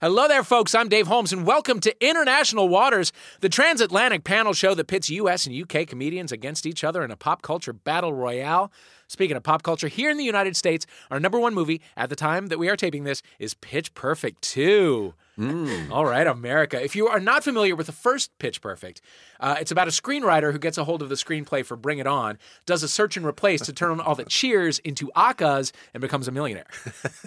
Hello there, folks. I'm Dave Holmes, and welcome to International Waters, the transatlantic panel show that pits U.S. and U.K. comedians against each other in a pop culture battle royale. Speaking of pop culture, here in the United States, our number one movie at the time that we are taping this is Pitch Perfect 2. All right, America. If you are not familiar with the first Pitch Perfect, uh, it's about a screenwriter who gets a hold of the screenplay for Bring It On, does a search and replace to turn all the cheers into akas, and becomes a millionaire.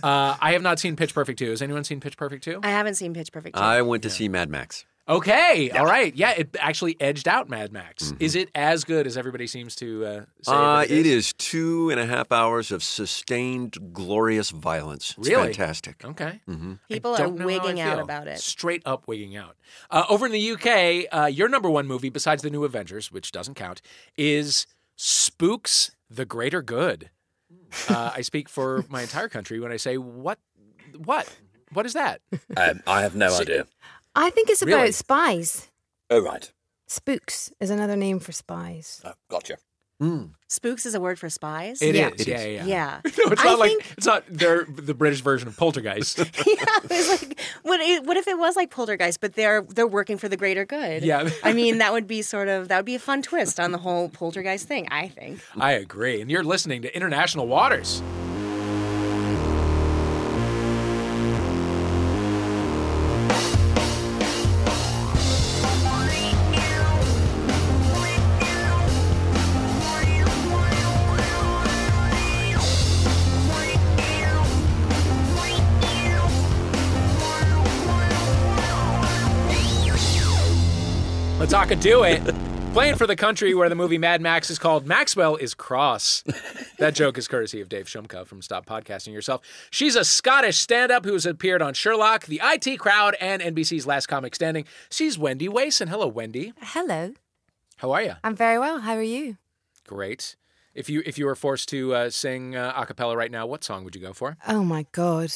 Uh, I have not seen Pitch Perfect 2. Has anyone seen Pitch Perfect 2? I haven't seen Pitch Perfect. yet. I went to see Mad Max. Okay, all right. Yeah, it actually edged out Mad Max. Is it as good as everybody seems to uh, say? Mm-hmm. Uh, that it is two and a half hours of sustained, glorious violence. It's Really? Oh. fantastic. Okay. Mm-hmm. People are Don't know how I wigging out feel. about it. Straight up wigging out. Uh, over in the UK, uh, your number one movie, besides the new Avengers, which doesn't count, is Spooks the Greater Good. Uh, I speak for my entire country when I say, what? What? What is that? Um, I have no idea. I think it's about Really? spies. Oh, right. Spooks is another name for spies. Oh, gotcha. Spooks is a word for spies. It is. Yeah. It Yeah, is. yeah, yeah. yeah. No, it's I not think- like it's not they're the British version of Poltergeist. yeah, it's like what? It, what if it was like Poltergeist, but they're they're working for the greater good? Yeah. I mean, that would be sort of that would be a fun twist on the whole Poltergeist thing. I think. I agree. And you're listening to International Waters. Let's talk and do it. Playing for the country where the movie Mad Max is called Maxwell is Cross. That joke is courtesy of Dave Shumka from Stop Podcasting Yourself. She's a Scottish stand up who has appeared on Sherlock, The IT Crowd, and NBC's Last Comic Standing. She's Wendy Wason. Hello, Wendy. Hello. How are you? I'm very well. How are you? Great. If you if you were forced to uh, sing uh, a cappella right now, what song would you go for? Oh my God.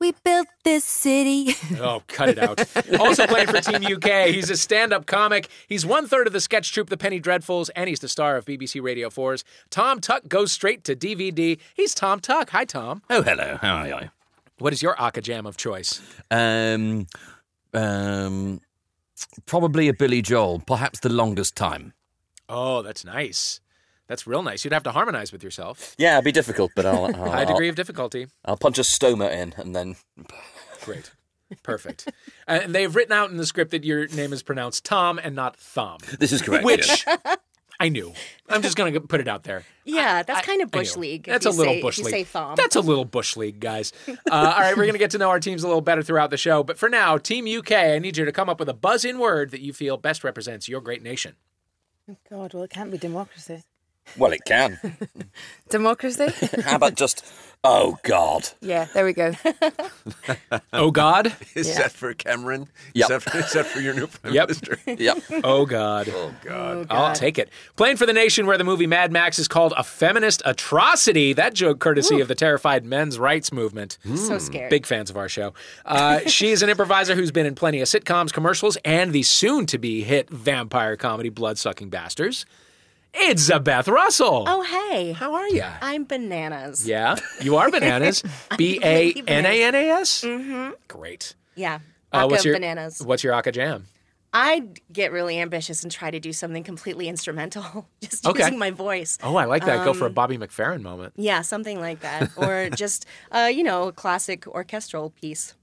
We built this city. Oh, cut it out. also playing for Team UK. He's a stand up comic. He's one third of the sketch troupe The Penny Dreadfuls, and he's the star of BBC Radio 4's Tom Tuck Goes Straight to DVD. He's Tom Tuck. Hi, Tom. Oh, hello. How are you? What is your Aka Jam of choice? Um, um, probably a Billy Joel, perhaps the longest time. Oh, that's nice. That's real nice. You'd have to harmonize with yourself. Yeah, it'd be difficult, but I'll, I'll, Oh. High degree I'll, of difficulty. I'll punch a stoma in and then. Great. Perfect. Uh, and they've written out in the script that your name is pronounced Tom and not Thom. This is correct. Which yes. I knew. I'm just going to put it out there. Yeah, that's kind of I bush know. league. if That's a you little say, bush if you league. Say thom. That's a little bush league, guys. Uh, all right, we're gonna get to know our teams a little better throughout the show. But for now, Team UK, I need you to come up with a buzz-in word that you feel best represents your great nation. God, well, it can't be democracy. Well, it can. Democracy? How about just. Oh, God. yeah, there we go. Oh God. Is Yeah. that for Cameron? Yep. Is, that for, is that for your new prime Yep. minister? Yep. Oh God. Oh, God. I'll take it. Playing for the nation where the movie Mad Max is called a feminist atrocity. That joke courtesy of the terrified men's rights movement. so scary. mm, Big fans of our show. Uh, she is an improviser who's been in plenty of sitcoms, commercials, and the soon to be hit vampire comedy Bloodsucking Bastards. It's Beth Russell. Oh hey, How are you? I'm bananas. Yeah, you are bananas. B A N A N A S? Great. Yeah. Uh, Aka what's your, Mm-hmm. bananas. What's your Aka Jam? I get really ambitious and try to do something completely instrumental, just Okay. using my voice. Oh, I like that. Go Um, for a Bobby McFerrin moment. Yeah, something like that, or just uh, you know, a classic orchestral piece.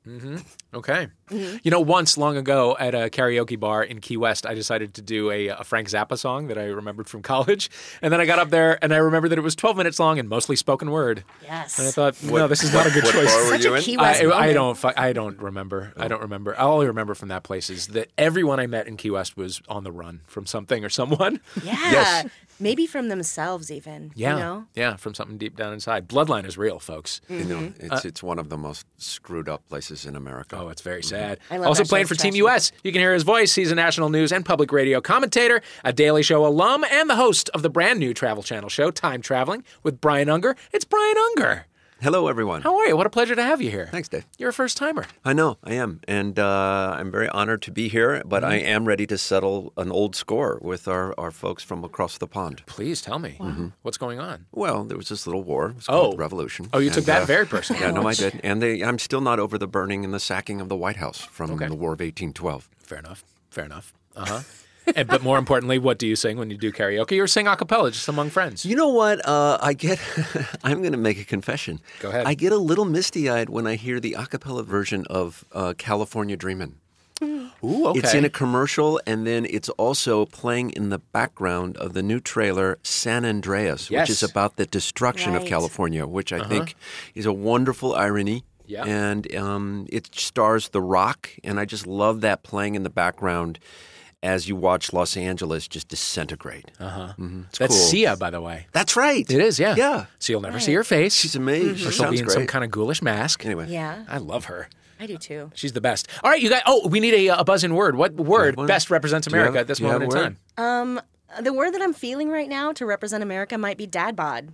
Okay. Mm-hmm. You know, once long ago at a karaoke bar in Key West, I decided to do a, a Frank Zappa song that I remembered from college. And then I got up there and I remembered that it was 12 minutes long and mostly spoken word. Yes. And I thought, no, this is not a good What choice. bar were Such you a in? key West I, I moment. don't. fu- I don't remember. I don't remember. All I remember from that place is that everyone I met in Key West was on the run from something or someone. Yeah. Yes. Maybe from themselves, even. Yeah, You know? Mm. yeah, from something deep down inside. Bloodline is real, folks. You know, it's, it's one of the most screwed up places in America. Uh, Oh, it's very sad. I love also that playing show's for Team trashy. US. You can hear his voice. He's a national news and public radio commentator, a Daily Show alum, and the host of the brand new Travel Channel show, Time Traveling, with Brian Unger. It's Brian Unger. Hello, everyone. How are you? What a pleasure to have you here. Thanks, Dave. You're a first timer. I know, I am. And uh, I'm very honored to be here, but I Mm-hmm. am ready to settle an old score with our, our folks from across the pond. Please tell me Mm-hmm. what's going on. Well, there was this little war. It was called Oh. the Revolution. Oh, you took And, that uh, very personally. Yeah, no, I did. And they, I'm still not over the burning and the sacking of the White House from the War of 1812. Fair enough. Fair enough. Uh Uh-huh. huh. and, but more importantly, what do you sing when you do karaoke? You're sing a cappella just among friends. You know what? Uh, I get. I'm going to make a confession. Go ahead. I get a little misty-eyed when I hear the a cappella version of uh, "California Dreamin'." Ooh, okay. It's in a commercial, and then it's also playing in the background of the new trailer San Yes. Andreas, Uh-huh. which is about the destruction of Right. California, which I think is a wonderful irony. Yeah. And um, it stars The Rock, and I just love that playing in the background as you watch Los Angeles just disintegrate. Uh-huh. Mm-hmm. That's cool. Sia, by the way. That's right. It is, yeah. Yeah. So you'll never see her face. She's amazing. She Or she'll sounds be in great. some kind of ghoulish mask. Anyway. Mm-hmm. Yeah, I love her. I do too. She's the best. All right, you guys. Oh, we need a, a buzz in word. What word one? best represents you have- America at this do you have moment in a word? time? Uh, The word that I'm feeling right now to represent America might be dad bod.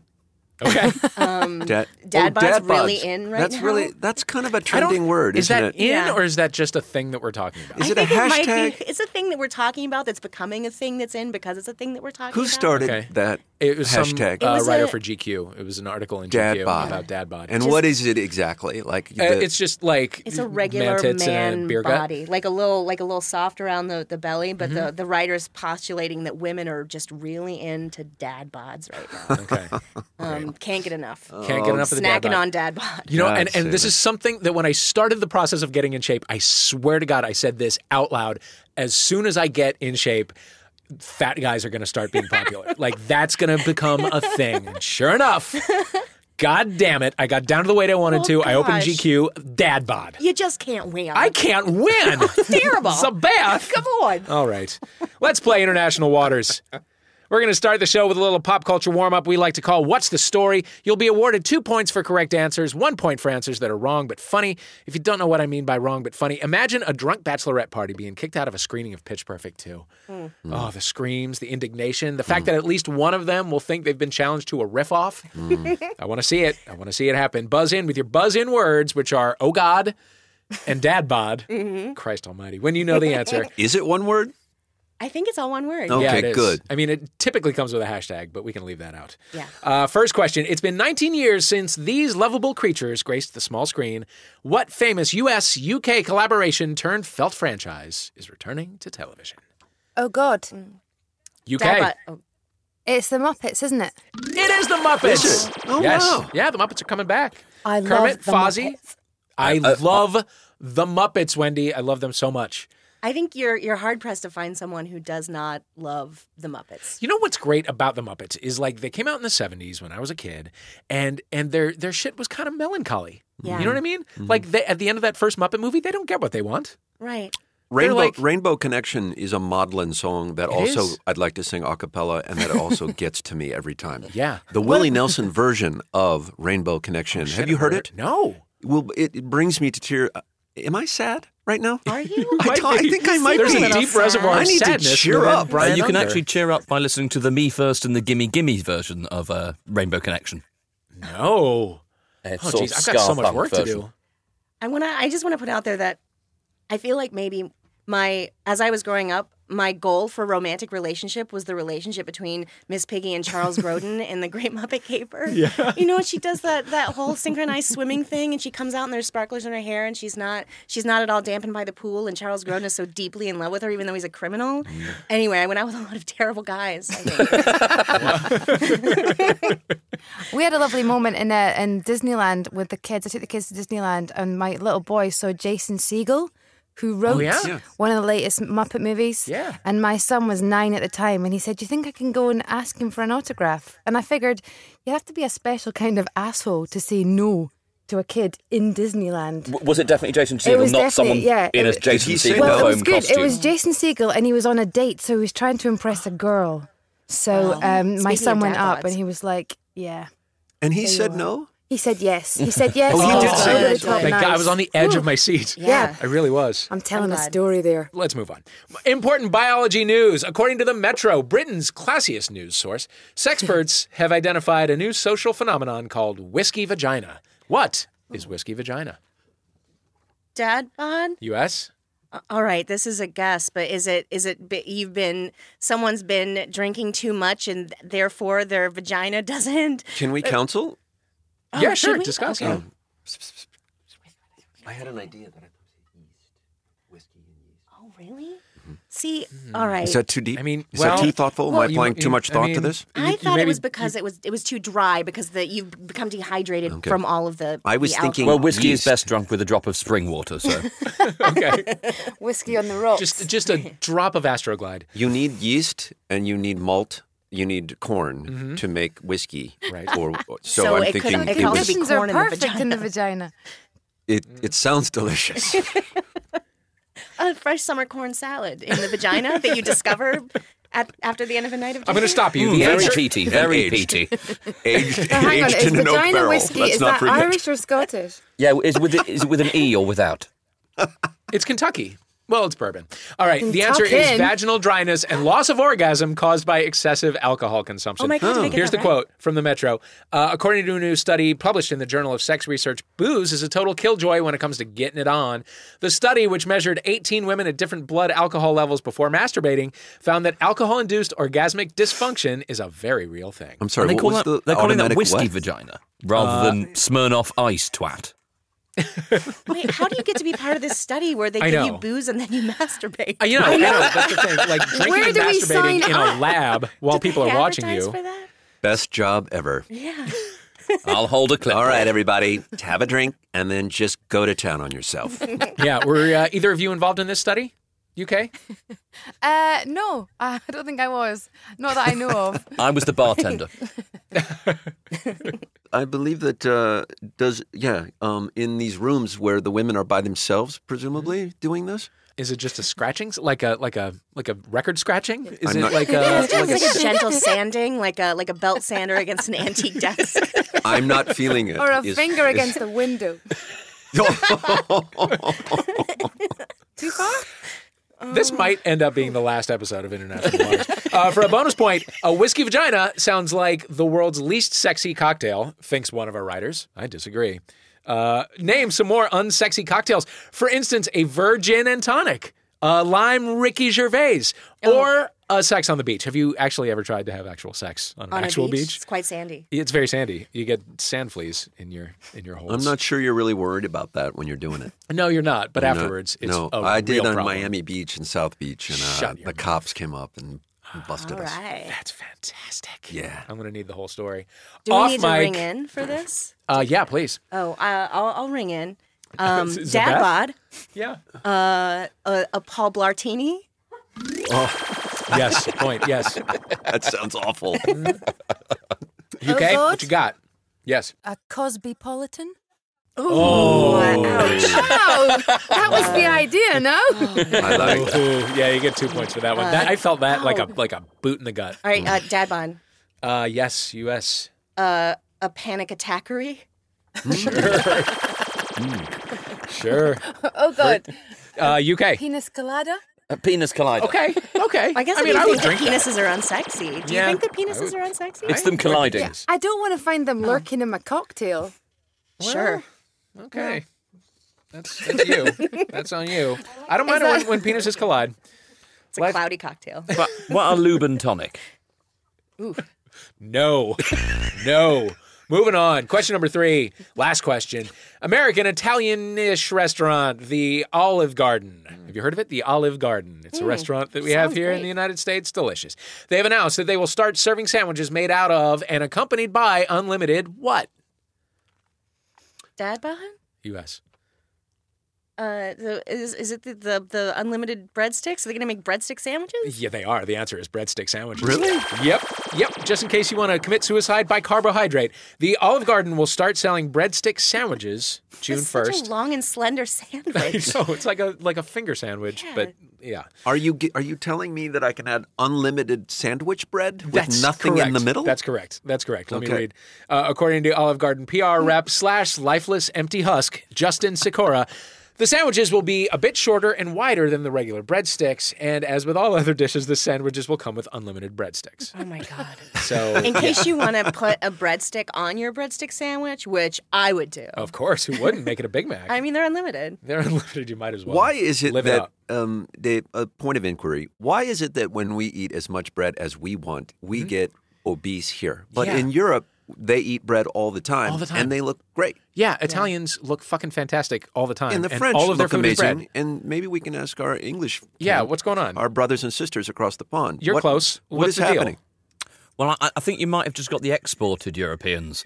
Okay. Da- dad oh, bod's dad really bods. in right that's now. really that's kind of a I don't- trending word, Is isn't that it? in Yeah. or is that just a thing that we're talking about? I Is it a think it might hashtag? be. It's a thing that we're talking about that's becoming a thing that's in because it's a thing that we're talking Who about. started Okay. that It was hashtag? some uh, was writer a- for GQ. It was an article in Dad GQ bod. about dad bod. and what is it exactly? Like Uh, the- it's just like It's a regular man tits and a man beer gut. body, like a little, like a little soft around the, the belly. But the the writer's postulating that women are just really into dad bods right now. Okay. Um, can't get enough. Can't get enough of the dad Snacking bod. on dad bod. You know, God and, and this save is something that when I started the process of getting in shape, I swear to God, I said this out loud. As soon as I get in shape, fat guys are going to start being popular. like that's going to become a thing. And sure enough, God damn it, I got down to the weight I wanted Oh, to. I opened gosh. GQ, dad bod. You just can't win. I can't win. terrible. It's a bath. Come on. All right. Let's play International Waters. We're going to start the show with a little pop culture warm up we like to call What's the Story? You'll be awarded two points for correct answers, one point for answers that are wrong but funny. If you don't know what I mean by wrong but funny, imagine a drunk bachelorette party being kicked out of a screening of Pitch Perfect 2. Oh, the screams, the indignation, the fact that at least one of them will think they've been challenged to a riff off. I want to see it. I want to see it happen. Buzz in with your buzz in words, which are oh God and dad bod. Christ almighty. When you know the answer. is it one word? I think it's all one word. Oh. Yeah, Okay, it is. good. I mean, it typically comes with a hashtag, but we can leave that out. Yeah. Uh, first question. It's been 19 years since these lovable creatures graced the small screen. What famous US UK collaboration turned felt franchise is returning to television? Oh, God. UK. Dad bod. Oh, It's the Muppets, isn't it? It is the Muppets. Is it? Oh, yes. wow. Yeah, the Muppets are coming back. I love Kermit, the Fozzie. Muppets. I Uh, love the Muppets, Wendy. I love them so much. I think you're you're hard pressed to find someone who does not love the Muppets. You know what's great about the Muppets is like they came out in the '70s when I was a kid, and and their their shit was kind of melancholy. Yeah. You know what I mean? Mm-hmm. Like they, at the end of that first Muppet movie, they don't get what they want. Right. They're Rainbow like- Rainbow Connection is a maudlin song that also is. I'd like to sing a cappella and that also gets to me every time. Yeah. The Willie Nelson version of Rainbow Oh, Connection. Have you heard it? No. Well, it, it brings me to tear. uh, Am I sad right now? Are you? I, don't- I think I might There's be. a deep sad. reservoir of I need to sadness cheer within up. Uh, Uh, Brian you can Under. actually cheer up by listening to the Me First and the Gimme Gimme version of uh, Rainbow Connection. no. It's Oh sort jeez, of I've got so scarf much punk work to version. do. I want to. I just want to put out there that I feel like maybe my as I was growing up, my goal for romantic relationship was the relationship between Miss Piggy and Charles Grodin in The Great Muppet Caper. Yeah. You know, and she does that that whole synchronized swimming thing, and she comes out and there's sparklers in her hair, and she's not she's not at all dampened by the pool, and Charles Grodin is so deeply in love with her, even though he's a criminal. Anyway, I went out with a lot of terrible guys. I think. We had a lovely moment in uh, in Disneyland with the kids. I took the kids to Disneyland, and my little boy saw Jason Siegel, who wrote yeah? Yeah. one of the latest Muppet movies. Yeah. And my son was nine at the time, and he said, "Do you think I can go and ask him for an autograph?" And I figured you have to be a special kind of asshole to say no to a kid in Disneyland. W- Was it definitely Jason Segel, was not definitely- someone yeah, in it a was- Jason Did he say Segel no? Well, home it was good. costume? It was Jason Siegel, and he was on a date, so he was trying to impress a girl. So um, Speaking my of son went dad up, bods. and he was like, "Yeah." And he said no. He said yes. He said yes. Oh, he He did was say over yes. the top Thank God, I nice. was on the edge of my seat. Yeah. I really was. I'm telling a glad. story there. Let's move on. Important biology news. According to the Metro, Britain's classiest news source, sexperts have identified a new social phenomenon called whiskey vagina, What is whiskey vagina? Dad bod? U.S. All right, this is a guess, but is it is it be- you've been someone's been drinking too much and therefore their vagina doesn't? Can Uh, we counsel? yeah, Oh, should sure. we? Discuss. Okay. it. I had an idea that I Oh, really? See, all right. Is that too deep? Hmm. I mean, is well- that too thoughtful? Well, Am I you- applying you- too much I thought to mean- this? you- I you thought it maybe- was because it was it was too dry because the you've become dehydrated from all of the. I was the thinking- Well, whiskey Yeast. is best drunk with a drop of spring water, so Okay. Whiskey on the rocks. just just a drop of Astroglide. You need yeast and you need malt. You need corn to make whiskey. Right. Or, so, So I'm it could- thinking it it, could also was. be- Conditions are corn in the perfect in the vagina. It, it sounds delicious. alcohol. a fresh summer corn salad in the vagina that you discover at, after the end of a night of. I'm going to drinking? stop Hmm, you. The very answer- peaty, very And aged. peaty. aged Now, hang on, aged is in an oak vagina barrel. whiskey Let's is not that forget. Irish or Scottish? Yeah, is with is it with an e or without? It's Kentucky. Well, it's bourbon. All right. The answer is Kentucky. vaginal dryness and loss of orgasm caused by excessive alcohol consumption. Oh my God, did I get Here's that the right? quote from the Metro. Uh, according to a new study published in the Journal of Sex Research, booze is a total killjoy when it comes to getting it on. The study, which measured 18 women at different blood alcohol levels before masturbating, found that alcohol induced orgasmic dysfunction is a very real thing. I'm sorry. they what call was that, the they're calling that automatic whiskey what? vagina Uh, rather than Smirnoff Ice twat. Wait, how do you get to be part of this study where they I give you know. booze and then you masturbate? Uh, You know, I know, that's the thing. Like drinking Where and do we sign masturbating in a up? lab while people They are watching advertise you. For that? Best job ever. Yeah. I'll hold a clip. All right, everybody, have a drink and then just go to town on yourself. yeah, were uh, either of you involved in this study? UK? Uh, no, I don't think I was. Not that I know of. I was the bartender. I believe that uh, does yeah um, in these rooms where the women are by themselves, presumably doing this. Is it just a scratching, like a like a like a record scratching? Is I'm it not- like Yeah, a it's just like a gentle sanding, like a like a belt sander against an antique desk. I'm not feeling it. Or a Is- finger is- against the window. Too far? This might end up being the last episode of International Waters. Uh, for a bonus point, a whiskey vagina sounds like the world's least sexy cocktail, thinks one of our writers. I disagree. Uh, name some more unsexy cocktails. For instance, a virgin and tonic, a lime Ricky Gervais, Oh. or a sex on the beach. Have you actually ever tried to have actual sex on an on actual a beach. It's quite sandy. It's very sandy. You get sand fleas in your in your holes. I'm not sure you're really worried about that when you're doing it. No, you're not. But No, afterwards, it's no, a I did real on problem. Miami Beach and South Beach, and uh, Shut the your cops came up and busted All us. right. That's fantastic. Yeah. I'm gonna need the whole story. Do Off we need mic. to ring in for this? Uh, yeah, please. Oh, I, I'll, I'll ring in. Um, Is- is it Dad bod, Yeah. a, a Paul Blartini. Oh, yes. Point. Yes. That sounds awful. You okay? God. What you got? Yes. A Cosbypolitan? Oh. Ouch. Wow, that was the idea, no? I like it. Ooh, yeah, you get two points for that one. That, I felt that like a like a boot in the gut. All right, uh, Dad bod, Uh, yes, U.S. a panic attackery. Sure. Oh, God. Uh, U.K. Penis colada? A penis collider. Okay. Okay. I guess I if mean, you I would think drink that that. penises are unsexy, do Yeah, you think that I penises would. are unsexy? It's them colliding. I don't want to find them lurking in my cocktail. Sure. Okay. That's that's you. that's on you. I don't mind it when, when penises collide. It's a cloudy cocktail. But what a lube and tonic. No. no. Moving on. Question number three. Last question. American Italian ish restaurant, the Olive Garden. Have you heard of it? The Olive Garden. It's a restaurant that we have Hmm. sounds here in great. the United States. Delicious. They have announced that they will start serving sandwiches made out of and accompanied by unlimited what? Dad bod, U.S. uh, the, is is it the, the the unlimited breadsticks? Are they gonna make breadstick sandwiches? Yeah, they are. The answer is breadstick sandwiches. Really? Yep. Yep. Just in case you want to commit suicide by carbohydrate, the Olive Garden will start selling breadstick sandwiches June It's 1st. Such a long and slender I sandwich. know it's like a like a finger sandwich, but yeah, Are you ge- are you telling me that I can add unlimited sandwich bread with That's nothing in the correct. middle? That's correct. That's correct. Let me Okay. read. Hmm. Uh, according to Olive Garden PR rep slash lifeless empty husk Justin Sikora, The sandwiches will be a bit shorter and wider than the regular breadsticks, and as with all other dishes, the sandwiches will come with unlimited breadsticks. Oh my god. So, In case you want to put a breadstick on your breadstick sandwich, which I would do. of course, who wouldn't make it a Big Mac? I mean, they're unlimited. They're unlimited. You might as well. Why is it live that up. um, the a point of inquiry? Why is it that when we eat as much bread as we want, we get obese here, but Mm-hmm. Yeah. in Europe they eat bread all the time, All the time. and they look great, Yeah, Italians look fucking fantastic all the time, and the French all of their look food is bread. amazing. And maybe we can ask our English, Yeah, kin, what's going on? our brothers and sisters across the pond. You're What- close. what What's is the deal? happening? Well, I, I think you might have just got the exported Europeans.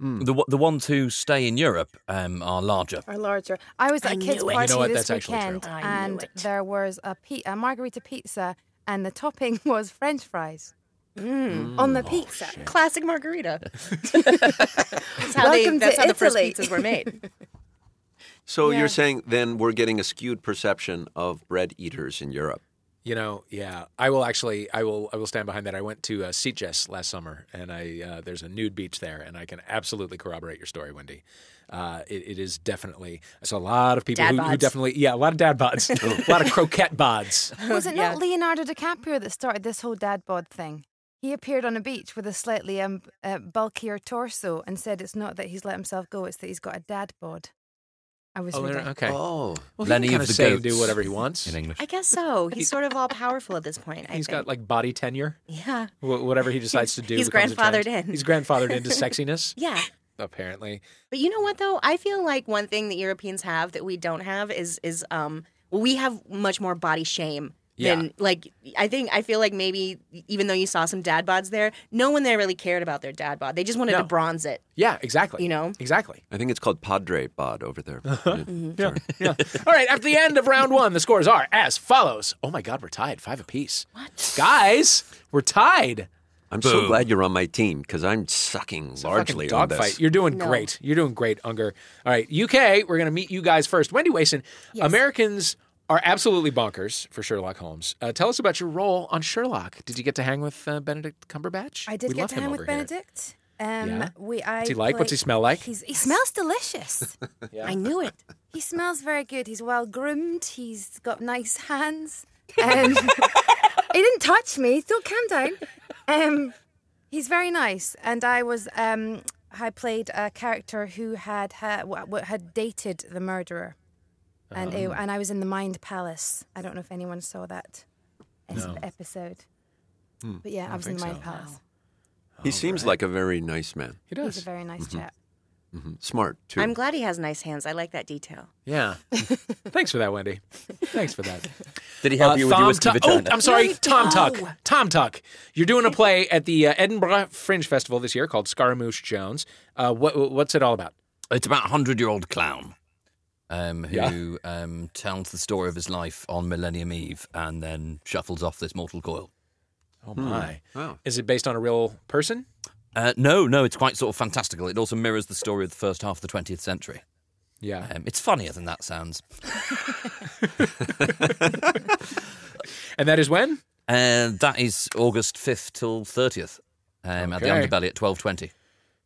The The the ones who stay in Europe um, are larger. Or larger. I was at a kids' knew it. You party know what? this That's actually true. weekend, I knew and it. there was a, pe- a margarita pizza, and the topping was French fries Mm. on Oh, the pizza. Classic margarita. that's how, they, Welcome to that's how the first Italy. pizzas were made. So Yeah. you're saying then we're getting a skewed perception of bread eaters in Europe. You know, yeah, I will actually, I will, I will stand behind that. I went to uh, Sitges last summer, and I uh, there's a nude beach there, and I can absolutely corroborate your story, Wendy. Uh, it, it is definitely. I saw a lot of people Dad who, who bods. definitely, yeah, a lot of dad bods, a lot of croquette bods. Was it Yeah. not Leonardo DiCaprio that started this whole dad bod thing? He appeared on a beach with a slightly um, uh, bulkier torso and said it's not that he's let himself go, it's that he's got a dad bod. I was Oh, reading. okay. Oh, Well, Lenny he can kinda of the say and Goats do whatever he wants. in English. I guess so. He's sort of all powerful at this point. I He's think. got like body tenure. yeah, Wh- Whatever he decides to do, he's becomes a trend. grandfathered in. He's grandfathered into sexiness, yeah. apparently. But you know what though? I feel like one thing that Europeans have that we don't have is is um we have much more body shame. Yeah. than like I think I feel like maybe even though you saw some dad bods there, no one there really cared about their dad bod. They just wanted No. to bronze it. Yeah, exactly. You know? exactly. I think it's called Padre Bod over there. Mm-hmm. Yeah. Sorry. All right, after the end of round one, the scores are as follows. Oh my God, we're tied, five apiece. What? Guys, we're tied. I'm so glad you're on my team because I'm sucking largely on this. Dogfight. You're doing No. great. You're doing great, Unger. All right, UK, we're going to meet you guys first. Wendy Wason, Americans are absolutely bonkers for Sherlock Holmes. Uh, tell us about your role on Sherlock. Did you get to hang with uh, Benedict Cumberbatch? I did we get love to him hang over with here. Benedict. Um, Yeah? we, I What's he like? What's he played- smell like? He's, he smells delicious. I knew it. he smells very good. He's well groomed. He's got nice hands. Um, he didn't touch me. So calm down. Um, he's very nice, and I was. Um, I played a character who had ha- w- w- had dated the murderer, and it- Um. and I was in the Mind Palace. I don't know if anyone saw that es- episode, Hmm. but yeah, I was in the Mind Palace. he seems like a very nice man. He He's a does. very nice chap. Smart, too. I'm glad he has nice hands. I like that detail. Yeah. Thanks for that, Wendy. Thanks for that. Did he help Uh, you with your Thom whiskey Tuck- vagina? Oh, I'm sorry, Tom Tuck. Tom Tuck. You're doing a play at the uh, Edinburgh Fringe Festival this year called Scaramouche Jones. Uh, what, what's it all about? It's about a hundred-year-old clown um, who um, tells the story of his life on Millennium Eve and then shuffles off this mortal coil. Oh my! Wow. Is it based on a real person? Uh, no, no, it's quite sort of fantastical. It also mirrors the story of the first half of the 20th century. Yeah. Um, it's funnier than that sounds. And that is when? And Uh, that is August 5th till 30th um, at the Okay. Underbelly at 12.20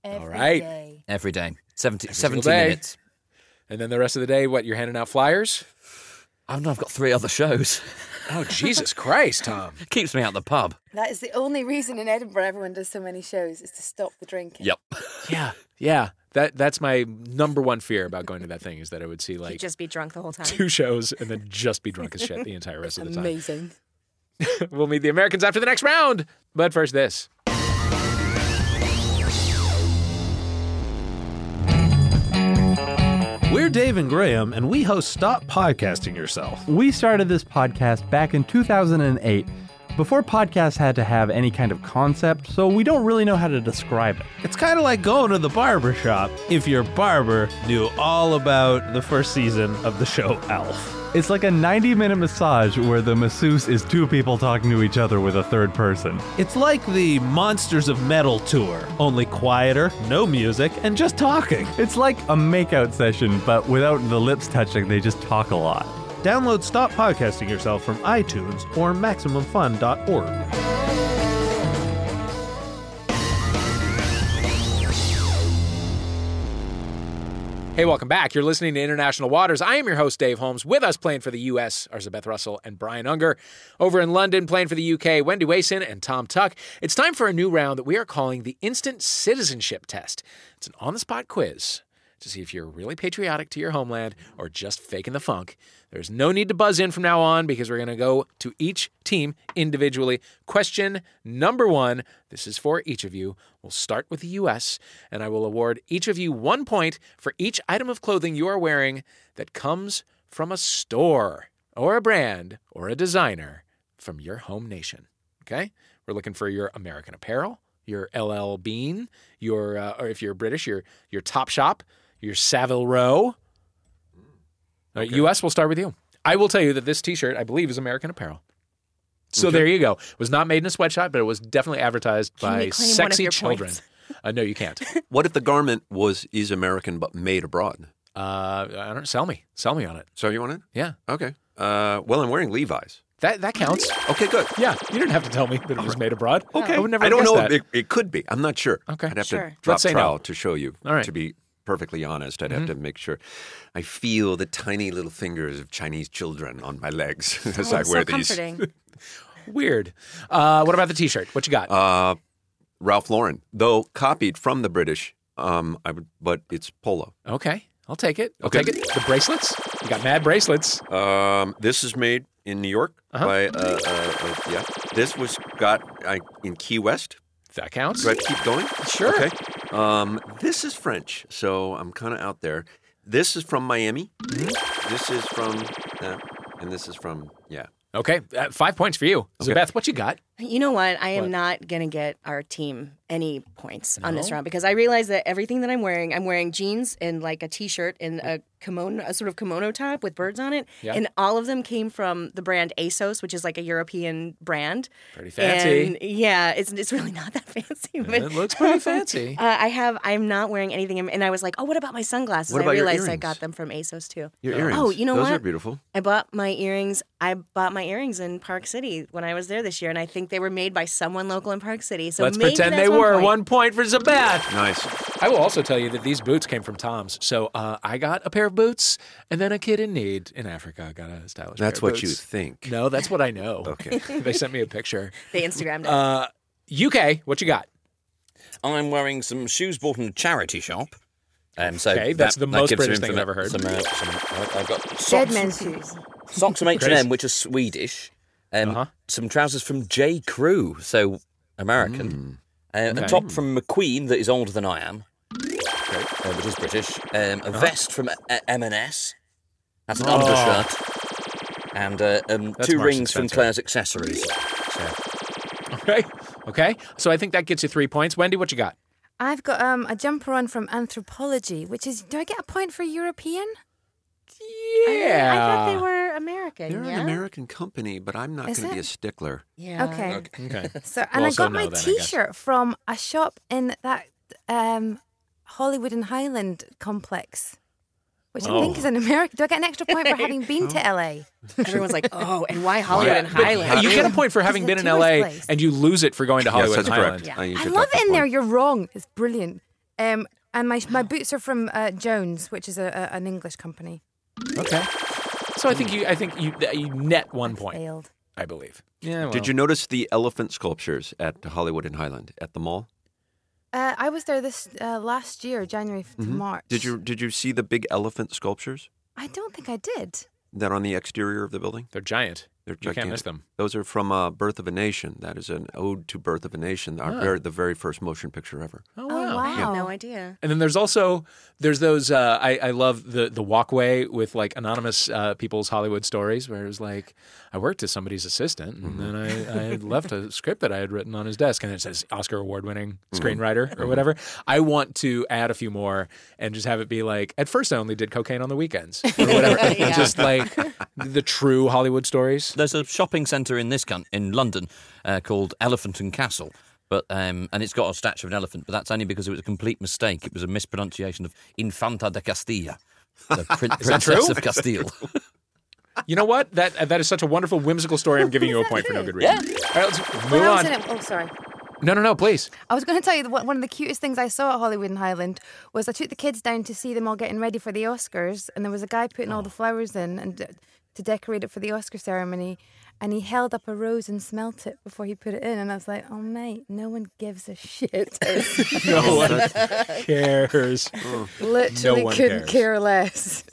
all right. every day. 70, single 70 day. minutes. And then the rest of the day, what? You're handing out flyers? I don't know, Oh, I've got three other shows. Oh Jesus Christ, Tom! Keeps me out the pub. That is the only reason in Edinburgh everyone does so many shows is to stop the drinking. Yep. Yeah, yeah. That that's my number one fear about going to that thing is that I would see He'd like just be drunk the whole time. two shows and then just be drunk as shit the entire rest of the time. Amazing. We'll meet the Americans after the next round, but first this. We're Dave and Graham, and we host Stop Podcasting Yourself. We started this podcast back in 2008, before podcasts had to have any kind of concept, so we don't really know how to describe it. It's kind of like going to the barber shop if your barber knew all about the first season of the show Elf. It's like a 90 minute massage where the masseuse is two people talking to each other with a third person. It's like the Monsters of Metal tour, only quieter, no music, and just talking. It's like a makeout session, but without the lips touching, they just talk a lot. Download Stop Podcasting Yourself from iTunes or MaximumFun.org. Hey, welcome back. You're listening to International Waters. I am your host, Dave Holmes. With us playing for the U.S. are Zabeth Russell and Brian Unger. Over in London, playing for the U.K., Wendy Wason and Tom Tuck. It's time for a new round that we are calling the Instant Citizenship Test. It's an on the spot quiz to see if you're really patriotic to your homeland or just faking the funk. There's no need to buzz in from now on because we're going to go to each team individually. Question number one this is for each of you. We'll start with the U.S., and I will award each of you one point for each item of clothing you are wearing that comes from a store or a brand or a designer from your home nation. Okay? We're looking for your American Apparel, your LL Bean, your uh, or if you're British, your your Top Shop, your Savile Row. All right, U.S. We'll start with you. I will tell you that this T-shirt, I believe, is American Apparel. So there you go. It was not made in a sweatshop, but it was definitely advertised Can we by claim one of sexy your children. points? Uh, no, you can't. What if the garment was is American but made abroad? Uh, I don't sell me, sell me on it. So you want it? Yeah, Okay. Uh, well, I'm wearing Levi's. that that counts. Okay, good. Yeah, you didn't have to tell me that it was made abroad. Okay, I would never. I have don't guessed know. that. It, it could be. I'm not sure. Okay. I'd have Sure. to drop Let's say no. trowel to show you. All right. Mm-hmm. To be perfectly honest, I'd have to make sure I feel the tiny little fingers of Chinese children on my legs as Oh, I it's wear so these. comforting. Weird. Uh, what about the T-shirt? What you got? Uh, Ralph Lauren, though copied from the British, um, I would, but it's polo. okay, I'll take it. I'll okay. take it. The bracelets. You got mad bracelets. Um, this is made in New York Uh-huh. by uh, uh, uh, yeah. This was got I, in Key West. That counts. Do I keep going? Sure. Okay. Um, this is French, so I'm kind of out there. This is from Miami. Mm-hmm. This is from, uh, and this is from yeah. Okay, uh, five points for you, Okay. Zabeth. What you got? You know what? I am What? not going to get our team any points on this No? round because I realize that everything that I'm wearing, I'm wearing jeans and like a t-shirt and a kimono, a sort of kimono top with birds on it, Yeah. and all of them came from the brand ASOS, which is like a European brand. Pretty fancy. And yeah, it's it's really not that fancy. But It looks pretty fancy. Uh, I have. I'm not wearing anything, and I was like, "Oh, what about my sunglasses?" What I about your realized I earrings? got them from ASOS too. Your earrings. Oh, you know Those what? are beautiful. I bought my earrings. I bought my earrings in Park City when I was there this year, and I think they were made by someone local in Park City. So Let's maybe pretend that's they were point. one point for Zabeth. Nice. I will also tell you that these boots came from Tom's. So uh, I got a pair of boots, and then a kid in need in Africa got a stylish. That's pair of what you boots. think. No, that's what I know. Okay. they sent me a picture. They Instagrammed it. Uh, UK, what you got? I'm wearing some shoes bought in a charity shop. Um, so Okay, that's that- the that most gives some British thing I've informa- ever heard. Some, uh, some, I- I've got Dead socks, men's shoes. socks from H&M, which are Swedish. Um, Uh-huh. Some trousers from J. Crew, so American. Uh, Hmm. Okay. A top from McQueen that is older than I am, uh, which is British. Um, a vest from uh, M&S. That's an Uh-huh. Oh. undershirt. And uh, um, That's two Marks and rings from Spencer. Claire's accessories. So, Okay. Okay. So I think that gets you three points. Wendy, what you got? I've got um, a jumper on from Anthropology, which is do I get a point for European? I thought they were American. They're yeah? an American company, but I'm not going Is to be it? a stickler. Yeah. Okay. Okay. So Well, and I so got no my then, I guess. T-shirt from a shop in that um, Hollywood and Highland complex, which I Oh. think is in America. Do I get an extra point for having been to LA? Everyone's like, "Oh, and why Hollywood and But Highland?" You get a point for having been It's a in LA, tourist place. and you lose it for going to Hollywood yes, that's and Highland. correct. Yeah. you I should love have it in one. there. You're wrong. It's brilliant. Um, and my my boots are from uh, Jones, which is a, a, an English company. Okay. So I think you, I think you, you net one point, Failed. I believe. Yeah. Did you notice the elephant sculptures at Hollywood and Highland at the mall? Uh, I was there this uh, last year, January f- to Mm-hmm. March. Did you did you see the big elephant sculptures I don't think I did. that are on the exterior of the building? They're giant. They're You can't miss gigantic. them. Those are from uh, Birth of a Nation. That is an ode to Birth of a Nation, our, Ah. very, the very first motion picture ever. Oh Oh, I had Wow. no idea. And then there's also there's those uh, I I love the the walkway with like anonymous uh, people's Hollywood stories where it was like I worked as somebody's assistant and then Mm-hmm. I, I had left a script that I had written on his desk and it says Oscar award winning Mm-hmm. screenwriter or whatever. I want to add a few more and just have it be like at first I only did cocaine on the weekends or whatever. Yeah. Just like the true Hollywood stories. There's a shopping centre in this coun- in London uh, called Elephant and Castle, but um, and it's got a statue of an elephant, but that's only because it was a complete mistake. It was a mispronunciation of Infanta de Castilla, the prin- princess true? of Castile. You know what? That that is such a wonderful whimsical story. I'm giving you a point for no good reason. All right, let's move when I was on. in it, oh sorry, No, no, no, please. I was going to tell you that one one of the cutest things I saw at Hollywood and Highland was I took the kids down to see them all getting ready for the Oscars, and there was a guy putting all the flowers in and to decorate it for the Oscar ceremony, and he held up a rose and smelt it before he put it in, and I was like, "Oh mate, no one gives a shit. No one cares. Mm. Literally one couldn't cares. care less."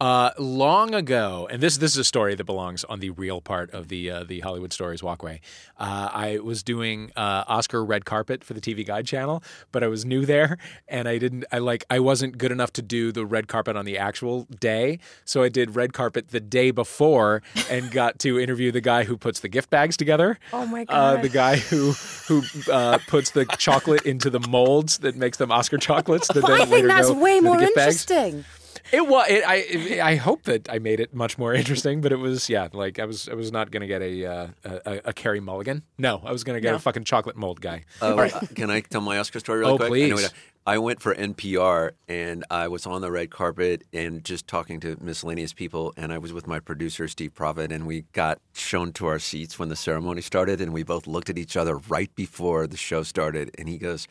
Uh, long ago, and this this is a story that belongs on the real part of the uh, the Hollywood Stories Walkway. Uh, I was doing uh, Oscar red carpet for the TV Guide channel, but I was new there, and I didn't. I like I wasn't good enough to do the red carpet on the actual day, so I did red carpet the day before and got to interview the guy who puts the gift bags together. Oh my Uh, God. the guy who who uh, puts the chocolate into the molds that makes them Oscar chocolates. That But then I think later that's go way into the more gift bags. interesting. It was. It, I it- I hope that I made it much more interesting, but it was yeah. Like I was I was not gonna get a uh, a, a- a Carrie Mulligan. No, I was gonna get a fucking chocolate mold guy. Uh, uh, Can I tell my Oscar story really Oh, quick? I please. know it- I went for NPR and I was on the red carpet and just talking to miscellaneous people. And I was with my producer, Steve Provitt, and we got shown to our seats when the ceremony started. And we both looked at each other right before the show started. And he goes,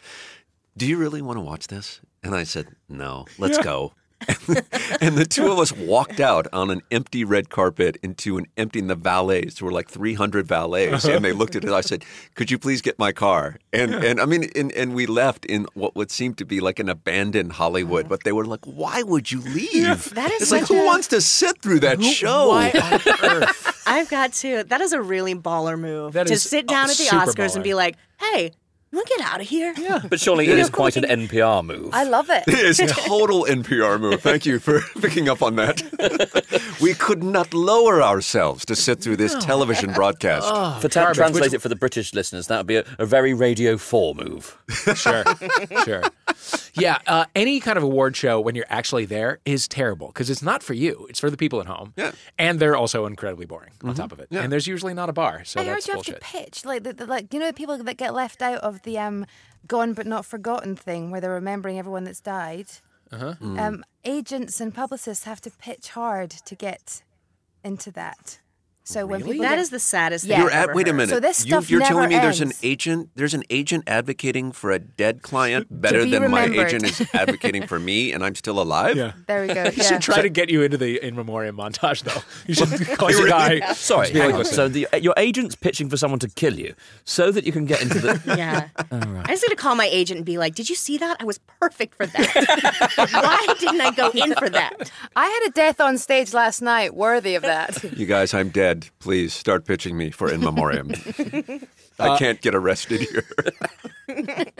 Do you really want to watch this? And I said, No, let's go. and the two of us walked out on an empty red carpet into an empty and the valets there were like 300 valets and they looked at it i said could you please get my car and and i mean and, and we left in what would seem to be like an abandoned hollywood but they were like why would you leave That is it's like such who a- wants to sit through that show Why on earth? I've got to. That is a really baller move That to is sit down a at the super Oscars and baller. be like, "Hey, you want to get out of here?" Yeah. But surely it is quite an NPR move. I love it. it's total NPR move. Thank you for picking up on that. we could not lower ourselves to sit through this television broadcast. Oh. for ta- garbage, translate which- it for the British listeners, that would be a, a very Radio 4 move. sure, sure. Yeah, uh, any kind of award show when you're actually there is terrible because it's not for you; it's for the people at home. Yeah. and they're also incredibly boring on top of it. And there's usually not a bar, so I heard that's you have bullshit. to pitch, like the, the like you know the people that get left out of the um gone but not forgotten thing, where they're remembering everyone that's died. Uh-huh. Mm. Um, agents and publicists have to pitch hard to get into that. So when people That get- is the saddest thing. Yeah. You're I've at ever wait a heard. minute. So this you, stuff you're telling never me there's an ends. agent there's an agent advocating for a dead client better be than my remembered. agent is advocating for me and I'm still alive? Yeah. there we go. You should Yeah. try to get you into the in memoriam montage, though. You should call your guy. Sorry, Just be hang like, on. "Listen, so the, uh, your agent's pitching for someone to kill you so that you can get into the. Yeah. I just need to call my agent and be like, "Did you see that? I was perfect for that. Why didn't I go in for that?" I had a death on stage last night worthy of that. You guys, I'm dead. Please start pitching me for in memoriam. I can't get arrested here. All right,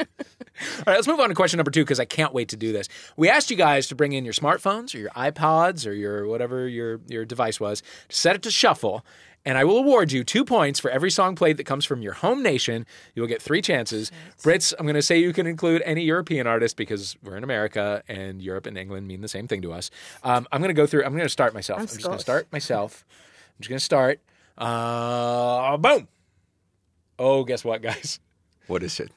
let's move on to question number two because I can't wait to do this. We asked you guys to bring in your smartphones or your iPods or your whatever your, your device was, set it to shuffle, and I will award you two points for every song played that comes from your home nation. You will get three chances. Brits, I'm going to say you can include any European artist because we're in America and Europe and England mean the same thing to us. Um, I'm going to go through, I'm going to start myself. I'm, just going to Scottish. start myself. I'm just going to start. Uh, boom. Oh, guess what, guys? what is it?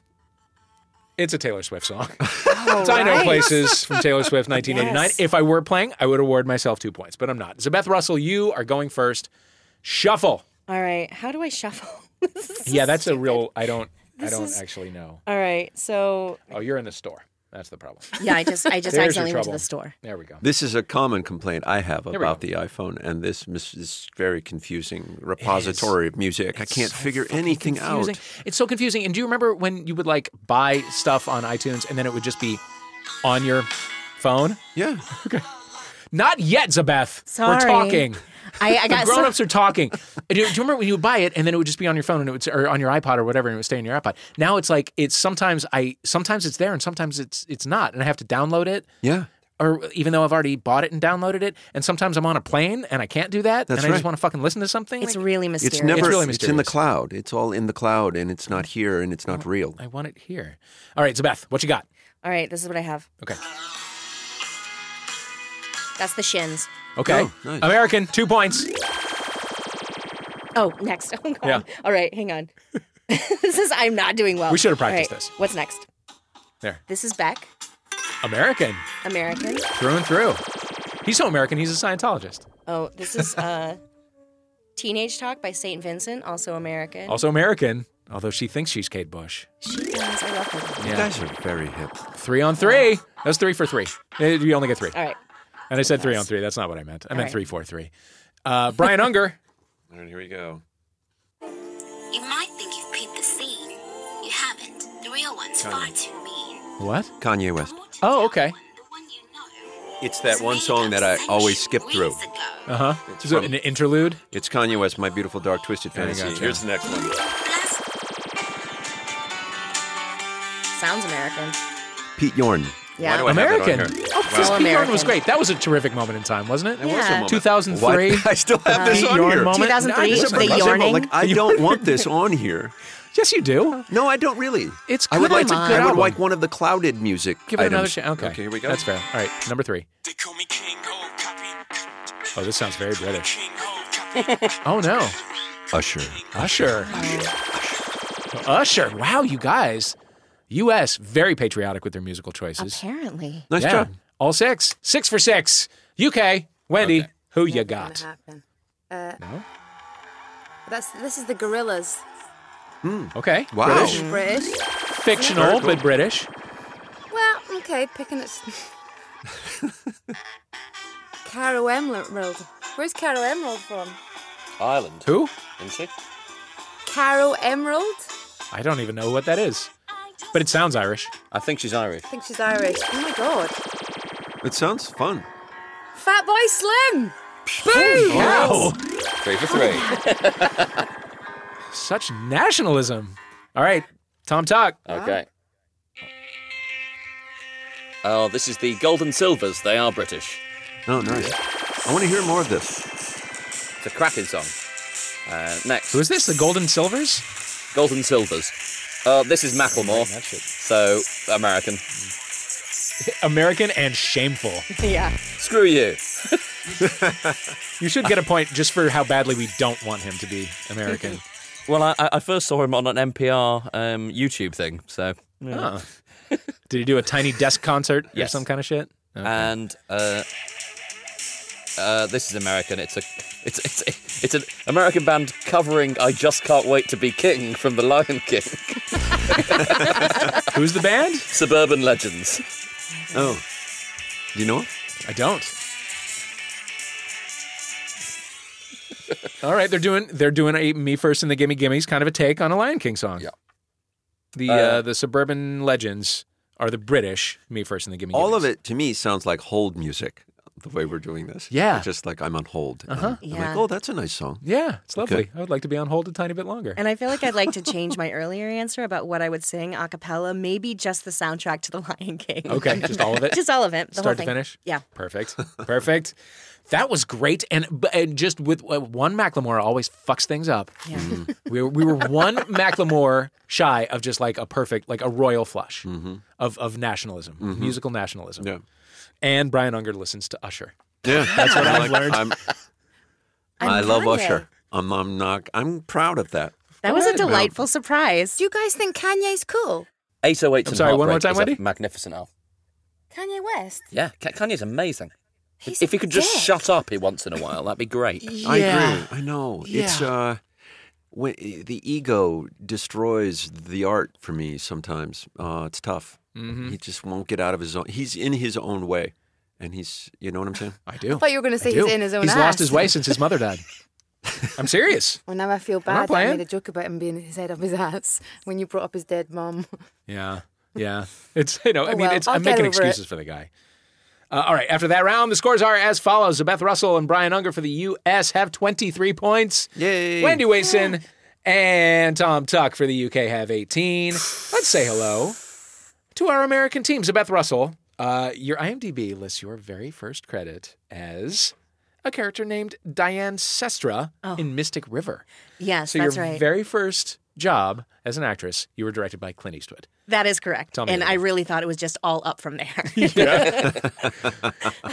It's a Taylor Swift song. Oh, So I know right. places from Taylor Swift 1989. Yes. If I were playing, I would award myself two points, but I'm not. Zabeth Russell, you are going first. Shuffle. All right. How do I shuffle? This is so yeah, that's a real. I don't. I This don't is- actually know. All right. So Oh, you're in the store. That's the problem. yeah, I just I just There's your accidentally went to trouble. the store. There we go. This is a common complaint I have we about the iPhone and this mis- this very confusing repository of music. I can't so figure fucking anything confusing. out. It's so confusing. And do you remember when you would like buy stuff on iTunes and then it would just be on your phone? Yeah. Not yet, Zabeth. We're Sorry. talking. I, I The got grown so, ups are talking. And do, you- do you remember when you would buy it and then it would just be on your phone and it would or on your iPod or whatever and it would stay on your iPod? Now it's like it's sometimes I sometimes it's there and sometimes it's it's not and I have to download it. Yeah. Or even though I've already bought it and downloaded it, and sometimes I'm on a plane and I can't do that, That's and I just right. want to fucking listen to something. it's like, really mysterious. It's never really it's in the mysterious. Oh, cloud. It's all in the cloud and it's not here and it's not real. I want it here. All right, Zabeth, what you got? All right, this is what I have. Okay, That's the shins. okay. Oh, nice. American, two points. Oh, next. Oh, God. Yeah. All right, hang on. this is, I'm not doing well. We should have All right, practiced this. What's next? There. This is Beck, American, American. through and through. He's so American. He's a Scientologist. Oh, this is uh, Teenage Talk by St. Vincent, also American. Also American. Although she thinks she's Kate Bush. She does. I love her. You guys are very hip. Three on three. That was three for three. Eh, You only get three. All right. And I said three on three. That's not what I meant. I meant Oh, right. three for three. Uh, Brian Unger. All right, here we go. You might think you've peeped the scene. You haven't. The real one's far too mean. What? Kanye West. Don't Oh, tell okay. one, the one you know. It's that It's one made song up that I always skip centuries through. ago. Uh huh. It's Is it from- an interlude? It's Kanye West, My Beautiful Dark Twisted There you Fantasy. go, Joe. Here's the next one. Bless Sounds American. Pete Yorn. Yeah. Why do I have that on American. here? Oh, Wow. this Pete Yorn was American. great. That was a terrific moment in time, wasn't That it? was a Yeah. moment. 2003. Why- I still have this Pete on Yorn here. moment. This 2003, is the unbelievable. yawning. Like I don't want this on here. Yes, you do. No, I don't really. It's I would good. like It's a good I would album. like one of the clouded music. Give it another items. shot. Okay. Okay, here we go. That's fair. All right. Number three. They call me King Ho, copy. Oh, this sounds very British. King Ho, copy. Oh, no. Usher. Usher. Usher. Wow, you guys. U.S. very patriotic with their musical choices. Apparently. Nice yeah. job. All six. Six for six. UK. Wendy, who you got? Happen. Uh, That's this is the gorillas. Oh, Okay. Wow. British. British. Fictional, but British. Well, okay, picking it. Caro Emerald. Where's Caro Emerald from? Ireland, Who? isn't she? Caro Emerald? I don't even know what that is. But it sounds Irish. I think she's Irish. I think she's Irish. Oh my god. It sounds fun. Fat Boy Slim! Boom! Wow. Three for three. Such nationalism. All right. Tom Talk. Okay. Oh, this is the Golden Silvers. They are British. Oh, nice. I want to hear more of this. It's a cracking song. Uh, next, Who is this? The Golden Silvers? Golden Silvers. Uh, this is Macklemore, so American. American and shameful. Yeah. Screw you. You should get a point just for how badly we don't want him to be American. Well, I, I I first saw him on an NPR um, YouTube thing, so. Huh. Did he do a tiny desk concert or Yes. some kind of shit? Okay. And uh, uh, this is American. It's a, it's it's it's an American band covering "I Just Can't Wait to Be King" from The Lion King. Who's the band? Suburban Legends. Oh. Do you know it? I don't. All right, they're doing they're doing a me first and the gimme gimme's kind of a take on a Lion King song. Yeah. The uh, Uh, the suburban legends are the British me first and the gimme. All Gimmes. of it to me sounds like hold music, the way we're doing this. Yeah. It's just like I'm on hold. Uh-huh. I'm Yeah. like, oh, that's a nice song. Yeah, it's Okay. lovely. I would like to be on hold a tiny bit longer. And I feel like I'd like to change my earlier answer about what I would sing a cappella, maybe just the soundtrack to The Lion King. okay, just all of it. Just all of it. The whole start to thing. finish. Yeah. Perfect. Perfect. that was great. And b- and just with uh, one Macklemore always fucks things up. Yeah. We were, we were one Macklemore shy of just like a perfect, like a royal flush of of nationalism, musical nationalism. Yeah. And Brian Unger listens to Usher. Yeah. That's what I've learned. I'm, I'm I love Kanye. Usher. I'm, I'm not. I'm proud of that. That was a delightful surprise. Do you guys think Kanye's oh cool? 808 I'm and sorry, one more Heartbreak time, is a Wendy? Magnificent album. Kanye West? Yeah, Ka- Kanye's amazing. He's if he a could just dick. shut up once in a while, that'd be great. I agree. I know. It's uh, when eh, the ego destroys the art for me sometimes. Uh, it's tough. Mm-hmm. He just won't get out of his own. He's in his own way, and he's. You know what I'm saying? I do. I thought you were going to say I do. he's in his own He's ass. lost his way since his mother died. I'm serious. Well, now I feel not bad that I playing. made a joke about him being his head up his ass when you brought up his dead mum. Yeah. Yeah. It's, you know, I mean, Oh, well, it's, I'll I'm get making over it. excuses for the guy. Uh, all right. After that round, the scores are as follows. Beth Russell and Brian Unger for the U.S. have 23 points. Yay. Wendy Wason and Tom Tuck for the UK have 18. Let's say hello to our American teams. Beth Russell, uh, your IMDb lists your very first credit as a character named Diane Sestra Oh. in Mystic River. Yes, So that's your right. very first job as an actress, you were directed by Clint Eastwood. that is correct. Tell me and about I it. really thought it was just all up from there.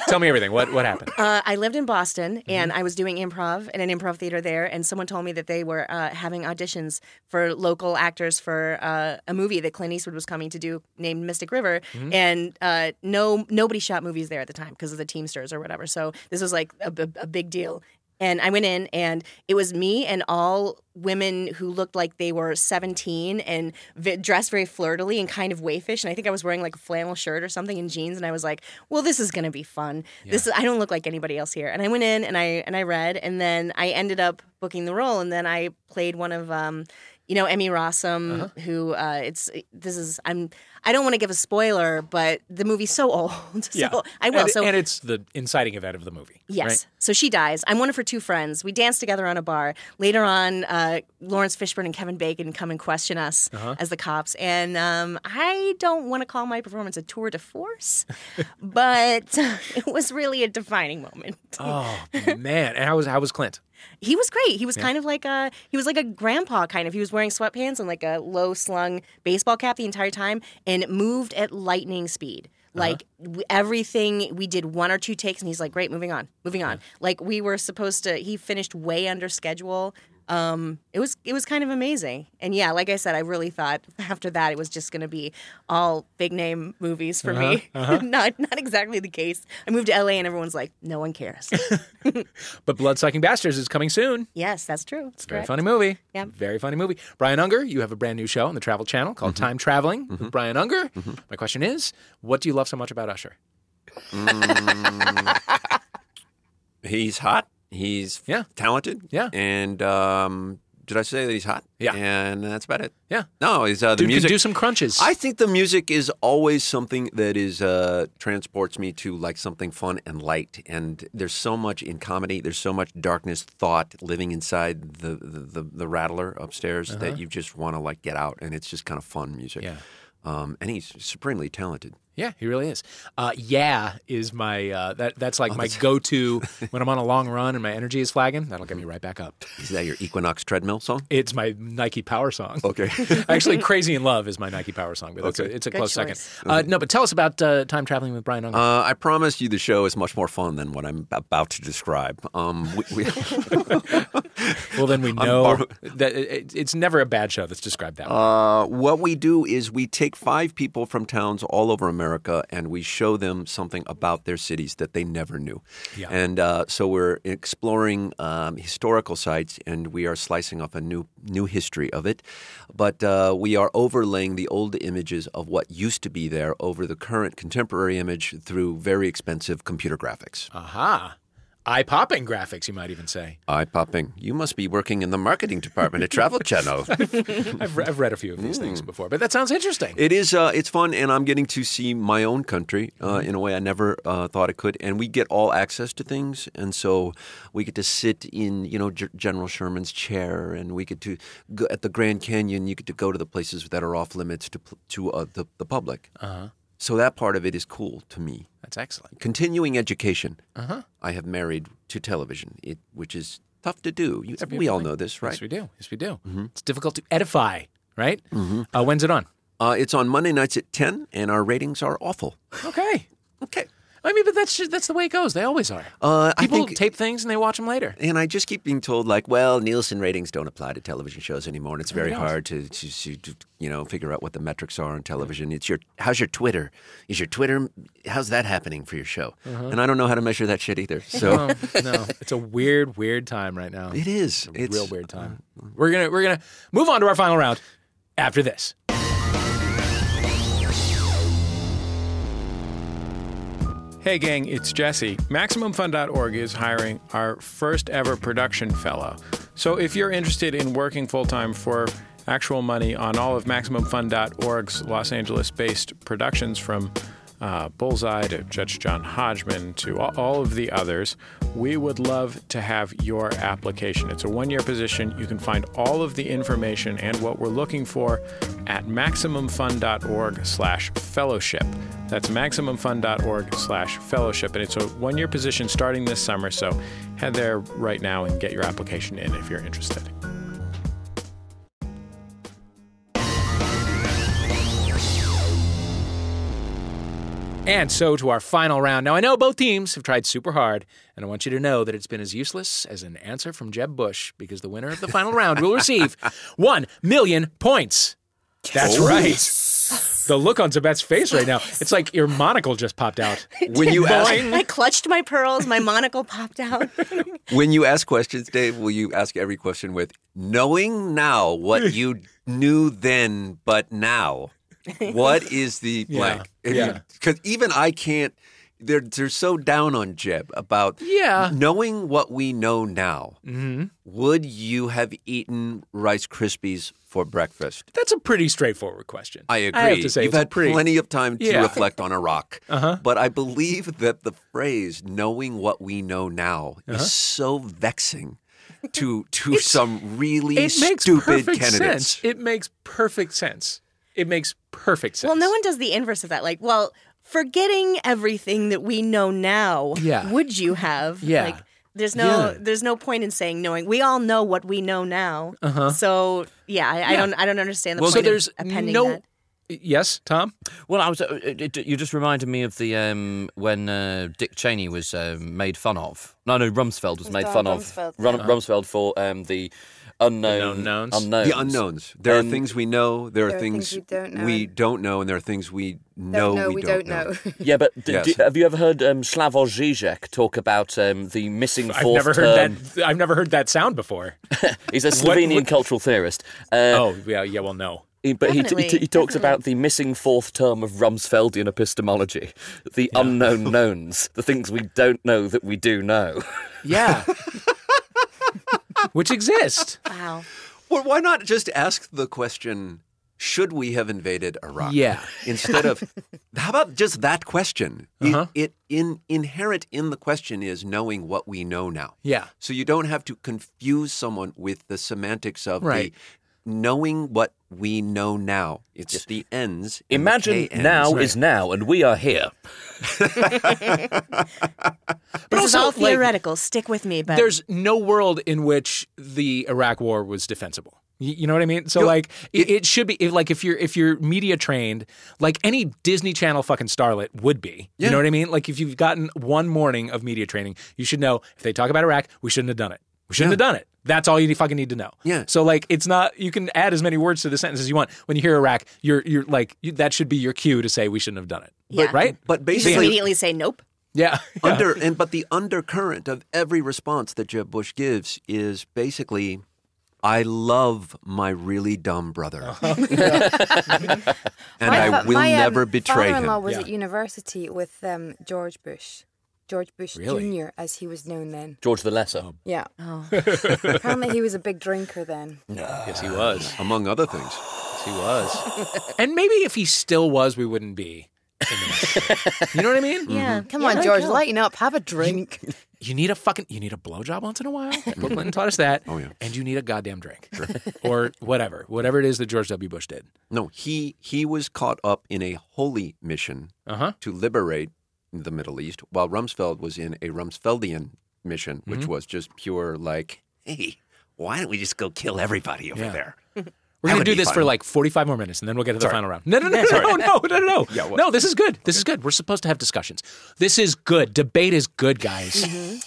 Tell me everything. What what happened? Uh, I lived in Boston and I was doing improv in an improv theater there. And someone told me that they were uh, having auditions for local actors for uh, a movie that Clint Eastwood was coming to do named Mystic River. And uh, no, nobody shot movies there at the time because of the Teamsters or whatever. So this was like a, b- a big deal. And I went in, and it was me and all women who looked like they were 17 and v- dressed very flirtily and kind of waifish. And I think I was wearing like a flannel shirt or something and jeans. And I was like, "Well, this is going to be fun. This is, I don't look like anybody else here." And I went in, and I and I read, and then I ended up booking the role, and then I played one of. Um, you know Emmy Rossum, Uh-huh. who uh, it's this is I'm I don't want to give a spoiler, but the movie's so old, so I will. And, so and it's the inciting event of the movie. Yes. right? So she dies. I'm one of her two friends. We dance together on a bar. Later on, uh, Lawrence Fishburne and Kevin Bacon come and question us as the cops. And um, I don't want to call my performance a tour de force, but it was really a defining moment. Oh man, and how was how was Clint? He was great. He was kind of like a he was like a grandpa kind of. He was wearing sweatpants and like a low slung baseball cap the entire time and moved at lightning speed. Like w everything we did one or two takes and he's like, "Great, moving on. Moving on." Like we were supposed to he finished way under schedule. Um it was it was kind of amazing. And yeah, like I said, I really thought after that it was just going to be all big name movies for me. not not exactly the case. I moved to LA and everyone's like, "No one cares." But Bloodsucking Bastards is coming soon. yes, that's true. It's Very correct. funny movie. Yep. Very funny movie. Brian Unger, you have a brand new show on the Travel Channel called Time Traveling with Brian Unger. My question is, what do you love so much about Usher? He's hot. He's Yeah. talented. Yeah. And um, did I say that he's hot? Yeah. And that's about it. Yeah. No, he's uh, the Dude can music. do some crunches. I think the music is always something that is uh, transports me to like something fun and light. And there's so much in comedy. There's so much darkness, thought living inside the the, the, the rattler upstairs that you just want to like get out. And it's just kind of fun music. Yeah. Um, and he's supremely talented. Yeah, he really is. Uh, yeah is my uh, that that's like my go-to when I'm on a long run and my energy is flagging. That'll get me right back up. Is that your Equinox treadmill song? It's my Nike Power song. Okay. Actually, "Crazy in Love" is my Nike Power song, but it's a, it's a Good close choice. second. Uh, no, but tell us about uh, time traveling with Brian Unger. Uh, I promise you, the show is much more fun than what I'm about to describe. Um, we, we, well, then we I'm know bar- that it, it's never a bad show that's described that way. Uh, what we do is we take five people from towns all over America and we show them something about their cities that they never knew. Yeah. And uh, so we're exploring um, historical sites and we are slicing up a new new history of it. But uh, we are overlaying the old images of what used to be there over the current contemporary image through very expensive computer graphics. Ah. Aha. Eye popping graphics, you might even say. Eye popping. You must be working in the marketing department at Travel Channel. I've, re- I've read a few of these things before, but that sounds interesting. Mm. It is. Uh, it's fun, and I'm getting to see my own country uh, in a way I never uh, thought it could. And we get all access to things, and so we get to sit in, you know, G- General Sherman's chair, and we get to go at the Grand Canyon. You get to go to the places that are off limits to pl- to uh, the the public. Uh-huh. So that part of it is cool to me. That's excellent. Continuing education. Uh-huh. I have married to television, it, which is tough to do. You, we all know this, right? Mm-hmm. Yes, we do. Yes, we do. It's difficult to edify, right? Uh, when's it on? Uh, it's on Monday nights at ten, and our ratings are awful. Okay. Okay. I mean, but that's ju- that's the way it goes. They always are. Uh, I People think- tape things and they watch them later. And I just keep being told, like, well, Nielsen ratings don't apply to television shows anymore, and it's very hard to, to, to, you know, figure out what the metrics are on television. It's your how's your Twitter? Is your Twitter how's that happening for your show? Uh-huh. And I don't know how to measure that shit either. So No, Oh, no, it's a weird, weird time right now. it is. It's It's real weird time. We're gonna we're gonna move on to our final round after this. Hey gang, it's Jesse. MaximumFun.org is hiring our first ever production fellow. So if you're interested in working full time for actual money on all of MaximumFun.org's Los Angeles based productions from uh, Bullseye to Judge John Hodgman to all, all of the others, we would love to have your application. It's a one year position. You can find all of the information and what we're looking for at MaximumFun.org slash fellowship. That's MaximumFun.org slash fellowship. And it's a one year position starting this summer. So head there right now and get your application in if you're interested. And so to our final round. Now, I know both teams have tried super hard, and I want you to know that it's been as useless as an answer from Jeb Bush because the winner of the final round will receive one million points. That's right. The look on Zabet's face right now, it's like your monocle just popped out. When you ask, I clutched my pearls, my monocle popped out. when you ask questions, Dave, will you ask every question with knowing now what you knew then, but now? What is the Yeah. blank? Yeah. Because even I can't. They're they're so down on Jeb about Yeah. knowing what we know now. Mm-hmm. Would you have eaten Rice Krispies for breakfast? That's a pretty straightforward question. I agree. I have to say, You've it's had pretty- plenty of time to Yeah. reflect on Iraq. Uh-huh. But I believe that the phrase knowing what we know now Uh-huh. is so vexing to to some really stupid perfect candidates. sense. It makes perfect sense. It makes perfect sense. Well, no one does the inverse of that. Like, well, forgetting everything that we know now, Yeah. would you have? Yeah. Like, there's no Yeah. there's no point in saying knowing. We all know what we know now. Uh-huh. So yeah, I, I Yeah. don't I don't understand the Well, so point there's of appending no- that. Yes, Tom. Well, I was. Uh, it, it- you just reminded me of the um, when uh, Dick Cheney was um, made fun of. No, no, Rumsfeld was made Donald fun Rumsfeld. of. Rum, Uh-huh. Rumsfeld for um, the unknown unknowns. unknowns. The unknowns. There are And- things we know. There are, things, we don't know. we and don't know, and there are things we know know we, we don't, don't know. Yeah, but d- Yes. do, have you ever heard um, Slavoj Žižek talk about um, the missing I've fourth never term? heard that. I've never heard that sound before. He's a Slovenian what- cultural theorist. Uh, oh, yeah, yeah. Well, no. he- but he, he, Definitely, he talks about the missing fourth term of Rumsfeldian epistemology, the unknown knowns, the things we don't know that we do know. Yeah. Which exist. Wow. Well, why not just ask the question? Should we have invaded Iraq? Yeah. Instead of, how about just that question? It- Uh-huh. It, in, inherent in the question is knowing what we know now. Yeah. So you don't have to confuse someone with the semantics of Right. the knowing what we know now. It's the ends. and the Imagine KNs. now Right. is now, and we are here. This is also, all like, theoretical. Stick with me, but There's no world in which the Iraq War was defensible. You, you know what I mean? So No, like, it, it should be if, like if you're if you're media trained, like any Disney Channel fucking starlet would be. You Yeah. know what I mean? Like if you've gotten one morning of media training, you should know if they talk about Iraq, we shouldn't have done it. We shouldn't have done it. That's all you fucking need to know. Yeah. So like, it's not you can add as many words to the sentence as you want. When you hear Iraq, you're you're like you, that should be your cue to say we shouldn't have done it. Yeah. Right? But you just basically, immediately say nope. Yeah. under and but the undercurrent of every response that Jeb Bush gives is basically, I love my really dumb brother, and My I fa- will my, um, never betray him. father-in-law was Yeah. at university with um, George Bush, George Bush Really? Jr. as he was known then. George the Lesser. Yeah. Oh. Apparently, he was a big drinker then. yes, he was. among other things. He was. and maybe if he still was, we wouldn't be. in this. you know what Mm-hmm. I mean? Yeah. Come Yeah, on, there you George, go. lighten up. Have a drink. You need a fucking you need a blowjob once in a while. Bill Clinton taught us that. Oh, yeah. And you need a goddamn drink. or whatever. Whatever it is that George W. Bush did. No, he he was caught up in a holy mission Uh-huh. to liberate the Middle East, while Rumsfeld was in a Rumsfeldian mission, which Mm-hmm. was just pure like, hey, why don't we just go kill everybody over Yeah. there? We're That gonna would do be this fun. for like forty five more minutes and then we'll get to the Sorry. final round. No no no no, no no no no no. No, this is good. This is good. We're supposed to have discussions. This is good. Debate is good, guys. Mm-hmm.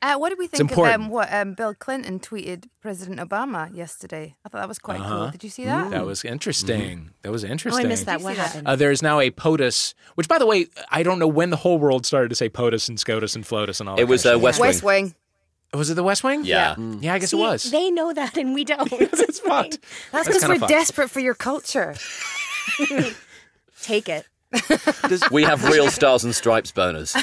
Uh, what did we think of um, important. what um, Bill Clinton tweeted President Obama yesterday? I thought that was quite cool. Did you see that? That was interesting. Mm-hmm. That was Oh, interesting. I missed that. you What see that? happened? Uh, there is now a POTUS, which, by the way, I don't know when the whole world started to say POTUS and SCOTUS and FLOTUS and all. that It was kind uh, of West Wing. West Wing. shit. was it the West Wing? Yeah. yeah, I guess it was. They know that and we don't. it's fucked. That's That's because kinda we're fucked. desperate for your culture. Take it. Does, We have real stars and stripes boners.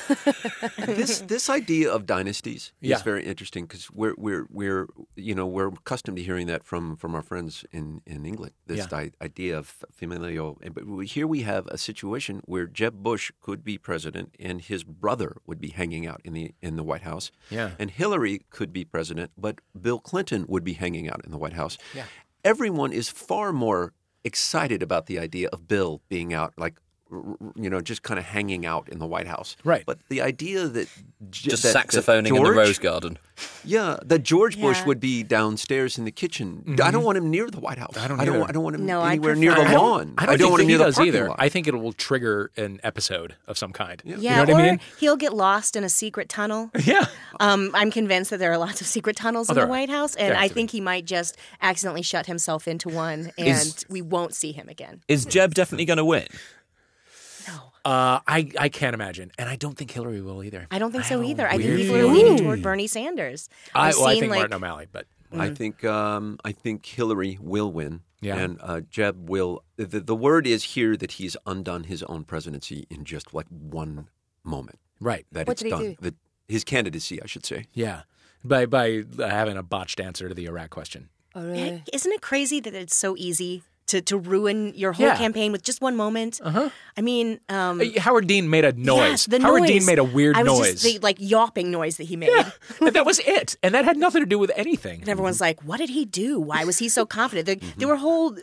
this this idea of dynasties Yeah. is very interesting because we're we're we're you know we're accustomed to hearing that from from our friends in in England. This Yeah. di- idea of familial, but we- here we have a situation where Jeb Bush could be president and his brother would be hanging out in the in the White House. Yeah. and Hillary could be president, but Bill Clinton would be hanging out in the White House. Yeah, everyone is far more excited about the idea of Bill being out like. r- r- you know, just kind of hanging out in the White House. Right. But the idea that j- Just that- that saxophoning in the George- Rose Garden. Yeah, that George Bush Yeah. would be downstairs in the kitchen. I don't want him near the White House. Mm-hmm. I don't I don't, either. I don't want him No, I anywhere near the prefer- I don't- lawn. I don't, think want that him he near the does parking either. lot. I think it will trigger an episode of some kind. Yeah, you know or what I mean? he'll get lost in a secret tunnel. Yeah. Um, I'm convinced that there are lots of secret tunnels Oh, in the there are. White House, There and have I to be. think he might just accidentally shut himself into one, and Is- we won't see him again. Is Jeb definitely going to win? Uh, I I can't imagine, and I don't think Hillary will either. I don't think have so a either. I think weird people are feeling. leaning toward Bernie Sanders. I, I've well, I seen, think like, Martin O'Malley, but I think um, I think Hillary will win. Mm. Yeah. And uh, Jeb will. The, the word is here that he's undone his own presidency in just like one moment. right, That What it's did he done. do? That his candidacy, I should say. yeah, by by having a botched answer to the Iraq question. Oh, Heck, really? Isn't it crazy that it's so easy to, to ruin your whole Yeah. campaign with just one moment? Uh-huh. I mean, um, Uh, Howard Dean made a noise. Yes, the Howard Dean noise. made a weird I was noise. Just the, like yelping noise that he made. And that was it, and that had nothing to do with anything. And everyone's like, what did he do? Why was he so confident? There, Mm-hmm. there were whole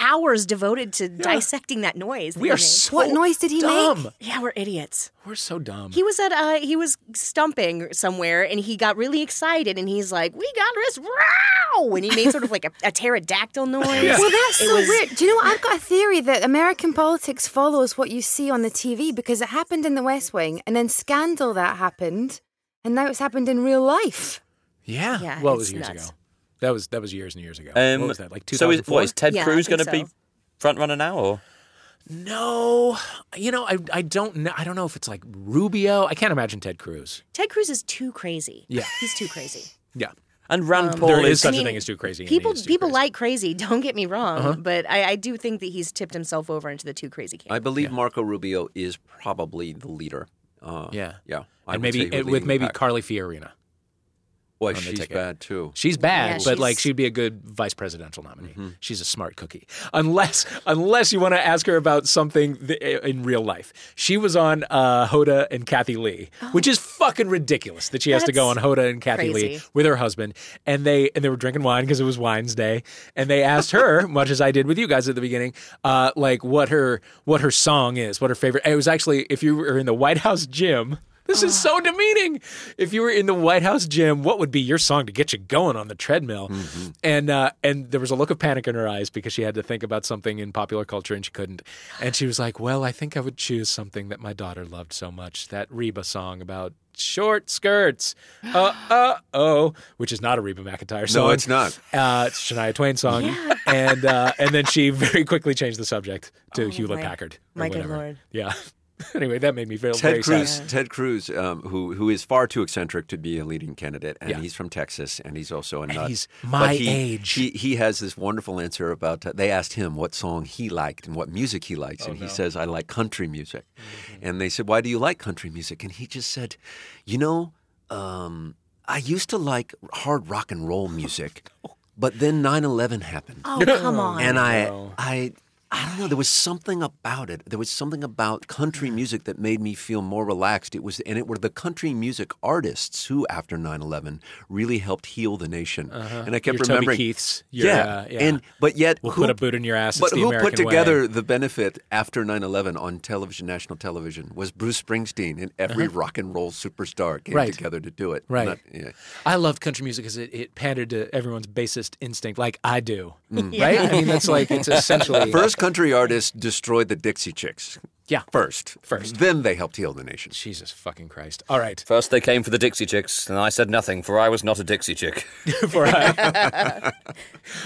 hours devoted to dissecting that noise. that We he are made. so What noise did he make? Oh, dumb. Yeah, we're idiots. We're so dumb. He was at uh he was stumping somewhere and he got really excited and he's like, "We got this!" Wow! And he made sort of like a, a pterodactyl noise. Well, that's It so was- weird. Do you know what? I've got a theory that American politics follows what you see on the TV because it happened in The West Wing, and then Scandal that happened, and now it's happened in real life. yeah. Yeah, well, it was it's years nuts. ago. That was that was years and years ago. what was that? Like Um, so is, 2004? what, is Ted Yeah, I Cruz think going to be so. front runner now? Or No, you know, I I don't know. I don't know if it's like Rubio. I can't imagine Ted Cruz. Ted Cruz is too crazy. Yeah. he's too crazy. Yeah, and Um, Rand Paul there is is such I a mean, thing as too crazy. and he People is too people crazy. Uh-huh. like crazy. Don't get me wrong, but I, I do think that he's tipped himself over into the too crazy camp. I believe Marco Rubio is probably the leader. Uh, Yeah. Yeah. I and would maybe say it- we're with leading the maybe pack. Carly Fiorina. Boy, the she's ticket. bad too. She's bad, Yeah, but she's- like she'd be a good vice presidential nominee. She's a smart cookie. Unless unless you want to ask her about something th- in real life. She was on uh, Hoda and Kathy Lee, which is fucking ridiculous that she has to go on That's Hoda and Kathy Lee crazy. with her husband and they and they were drinking wine because it was wine's day and they asked her much as i did with you guys at the beginning uh, like what her what her song is what her favorite it was actually if you were in the white house gym this is Oh. so demeaning if you were in the white house gym what would be your song to get you going on the treadmill Mm-hmm. and uh, and there was a look of panic in her eyes because she had to think about something in popular culture and she couldn't and she was like well i think i would choose something that my daughter loved so much that reba song about short skirts. Uh, uh, oh, which is not a Reba McIntyre song. No, it's not. Uh, it's a Shania Twain song. And uh, and then she very quickly changed the subject to Oh, Hewlett my- Packard. or my good whatever. Lord. Yeah. anyway, that made me feel very Ted Cruz, sad. Ted Cruz, um, who who is far too eccentric to be a leading candidate, and Yeah. he's from Texas, and he's also a nut. he's But my he- age. He he has this wonderful answer about. uh, they asked him what song he liked and what music he Oh, likes, and he says, "I like country music." Mm-hmm. And they said, "Why do you like country music?" And he just said, "You know, um, I used to like hard rock and roll music, but then 9/11 happened." oh come on! and I, I, I don't know. There was something about it. There was something about country music that made me feel more relaxed. It was, and it were the country music artists who, after 9-11, really helped heal the nation. And I kept Uh-huh. Your Toby remembering Keiths, your, yeah, uh, yeah. and but yet We'll who, put a boot in your ass, But it's the who put American way. together the benefit after 9-11 on television, national television, was Bruce Springsteen and every rock and roll superstar came Uh-huh. Right. together to do it. Right. Not- yeah. I loved country music because it, it pandered to everyone's basest instinct, like I do. Right? I mean, that's like, it's essentially. First country artists destroyed the Dixie Chicks. Yeah. First. First. Then they helped heal the nation. Jesus fucking Christ. All right. First, they came for the Dixie Chicks, and I said nothing, for I was not a Dixie chick. for I-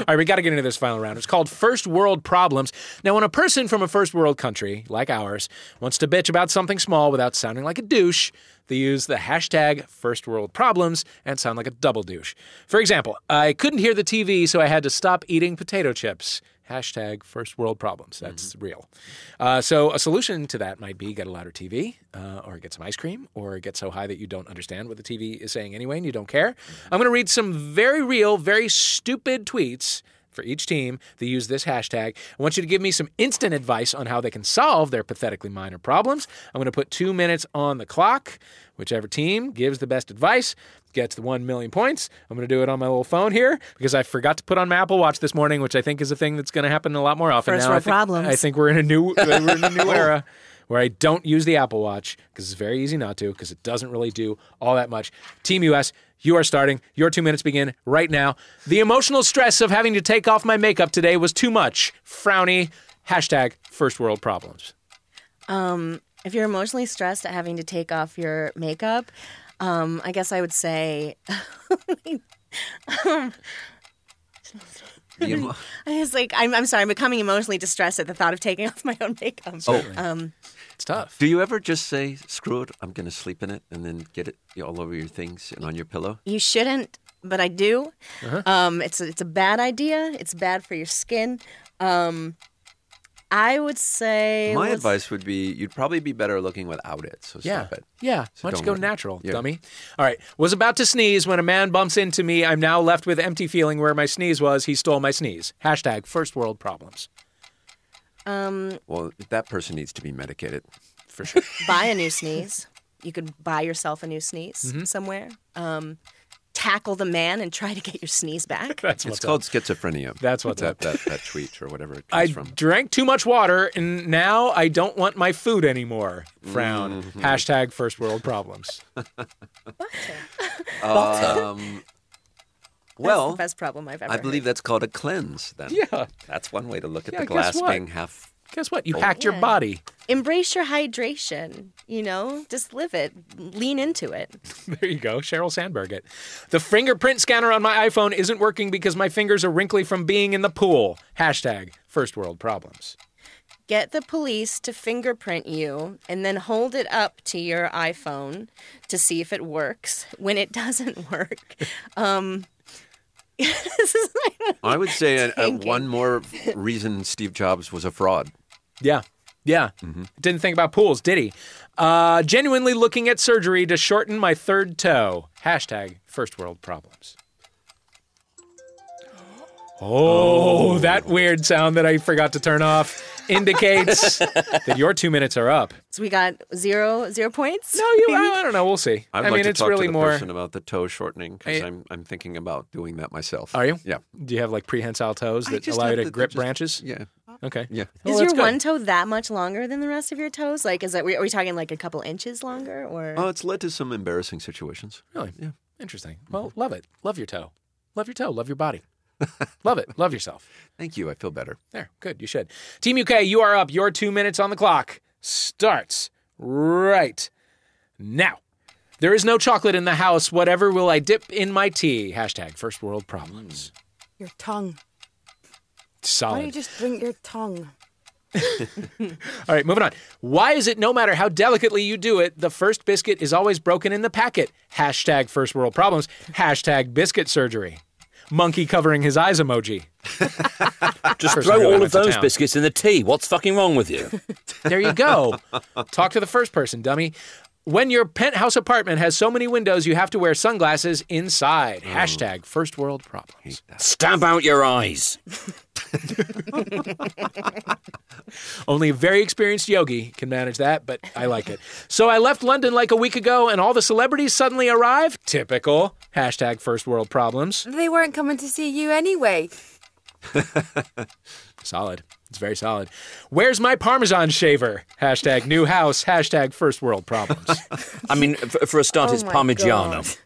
All right, we got to get into this final round. It's called First World Problems. Now, when a person from a first world country like ours wants to bitch about something small without sounding like a douche, they use the hashtag First World Problems and sound like a double douche. For example, I couldn't hear the TV, so I had to stop eating potato chips. Hashtag first world problems. That's real. Uh, so, a solution to that might be get a louder TV uh, or get some ice cream or get so high that you don't understand what the TV is saying anyway and you don't care. I'm going to read some very real, very stupid tweets for each team that use this hashtag. I want you to give me some instant advice on how they can solve their pathetically minor problems. I'm going to put two minutes on the clock. Whichever team gives the best advice gets the 1 million points. I'm going to do it on my little phone here because I forgot to put on my Apple Watch this morning, which I think is a thing that's going to happen a lot more often First now. I world think, problems. I think we're in a new we're in a Oh. new era where I don't use the Apple Watch because it's very easy not to because it doesn't really do all that much. Team US, you are starting. Your 2 minutes begin right now. The emotional stress of having to take off my makeup today was too much. Frowny hashtag first world problems. Um, if you're emotionally stressed at having to take off your makeup, um, I guess I would say. um, The emo- I was like, I'm, I'm sorry, I'm becoming emotionally distressed at the thought of taking off my own makeup. Oh. Um, It's tough. Do you ever just say, "Screw it, I'm going to sleep in it," and then get it all over your things and on your pillow? you shouldn't, but I do. Uh-huh. Um, it's a, it's a bad idea. It's bad for your skin. Um, I would say My let's- advice would be, you'd probably be better looking without it. So Yeah. stop it. Yeah. So Why don't you don't go worry. natural, Yeah. dummy? All right. Was about to sneeze when a man bumps into me. I'm now left with empty feeling where my sneeze was. He stole my sneeze. Hashtag first world problems. Um, Well, that person needs to be medicated for sure. buy a new sneeze. You could buy yourself a new sneeze Mm-hmm. somewhere. Um, tackle the man and try to get your sneeze back. it's called schizophrenia. That's what's that, up. That, that tweet or whatever it I comes from. drank too much water and now I don't want my food anymore. Frown. Mhm. Hashtag first world problems. Um, well, that's the best problem I've ever. I believe that's called a cleanse. Then, Yeah. that's one way to look at Yeah, the guess glass what? being half. Guess what? You full. hacked your Yeah. body. Embrace your hydration. You know, just live it. Lean into it. There you go. Cheryl Sandberg it. The fingerprint scanner on my iPhone isn't working because my fingers are wrinkly from being in the pool. Hashtag first world problems. Get the police to fingerprint you and then hold it up to your iPhone to see if it works. When it doesn't work, um, this is I would say a, a Thinking. one more reason Steve Jobs was a fraud. Yeah. Yeah. Mm-hmm. Didn't think about pools, did he? Uh, genuinely looking at surgery to shorten my third toe. Hashtag first world problems. Oh, that weird sound that I forgot to turn off indicates that your two minutes are up. so we got zero zero points. No, you. I, I don't know. We'll see. I'd I like mean, to it's talk really to the more. person about the toe shortening because I- I'm I'm thinking about doing that myself. Are you? Yeah. Do you have like prehensile toes I that just allow you have to the- grip just- branches? Yeah. Okay. Yeah. Well, Is that's your good. one toe that much longer than the rest of your toes? Like, is that are we talking like a couple inches longer, or Oh, it's led to some embarrassing situations. Really? Yeah. Interesting. Well, love it. Love your toe. Love your toe. Love your body. love it. Love yourself. Thank you. I feel better. There. Good. You should. Team UK, you are up. Your two minutes on the clock starts right now. There is no chocolate in the house. Whatever will I dip in my tea? Hashtag first world problems. Your tongue. Why don't Solid. you just drink your tongue? All right, moving on. Why is it no matter how delicately you do it, the first biscuit is always broken in the packet? Hashtag first world problems. Hashtag biscuit surgery. Monkey covering his eyes emoji. Just Person throw really all went of to those town. biscuits in the tea. What's fucking wrong with you? There you go. Talk to the first person, dummy. When your penthouse apartment has so many windows, you have to wear sunglasses inside. Hashtag first world problems. Stamp out your eyes. Only a very experienced yogi can manage that, but I like it. So I left London like a week ago, and all the celebrities suddenly arrive. Typical. Hashtag first world problems. They weren't coming to see you anyway. Solid. It's very solid. Where's my Parmesan shaver? Hashtag new house. Hashtag first world problems. I mean, for, for a start, Oh it's my Parmigiano. God.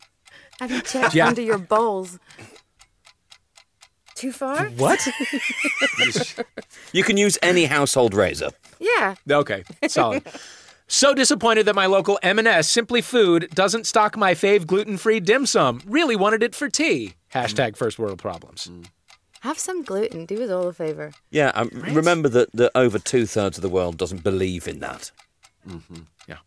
Have you checked Yeah. under your balls? Too far? What? You can use any household razor. Yeah. Okay, solid. so disappointed that my local M&S Simply Food doesn't stock my fave gluten-free dim sum. Really wanted it for tea. Hashtag first world problems. Have some gluten. Do us all a favour. Yeah, um, remember that, that over two thirds of the world doesn't believe in that. Yeah.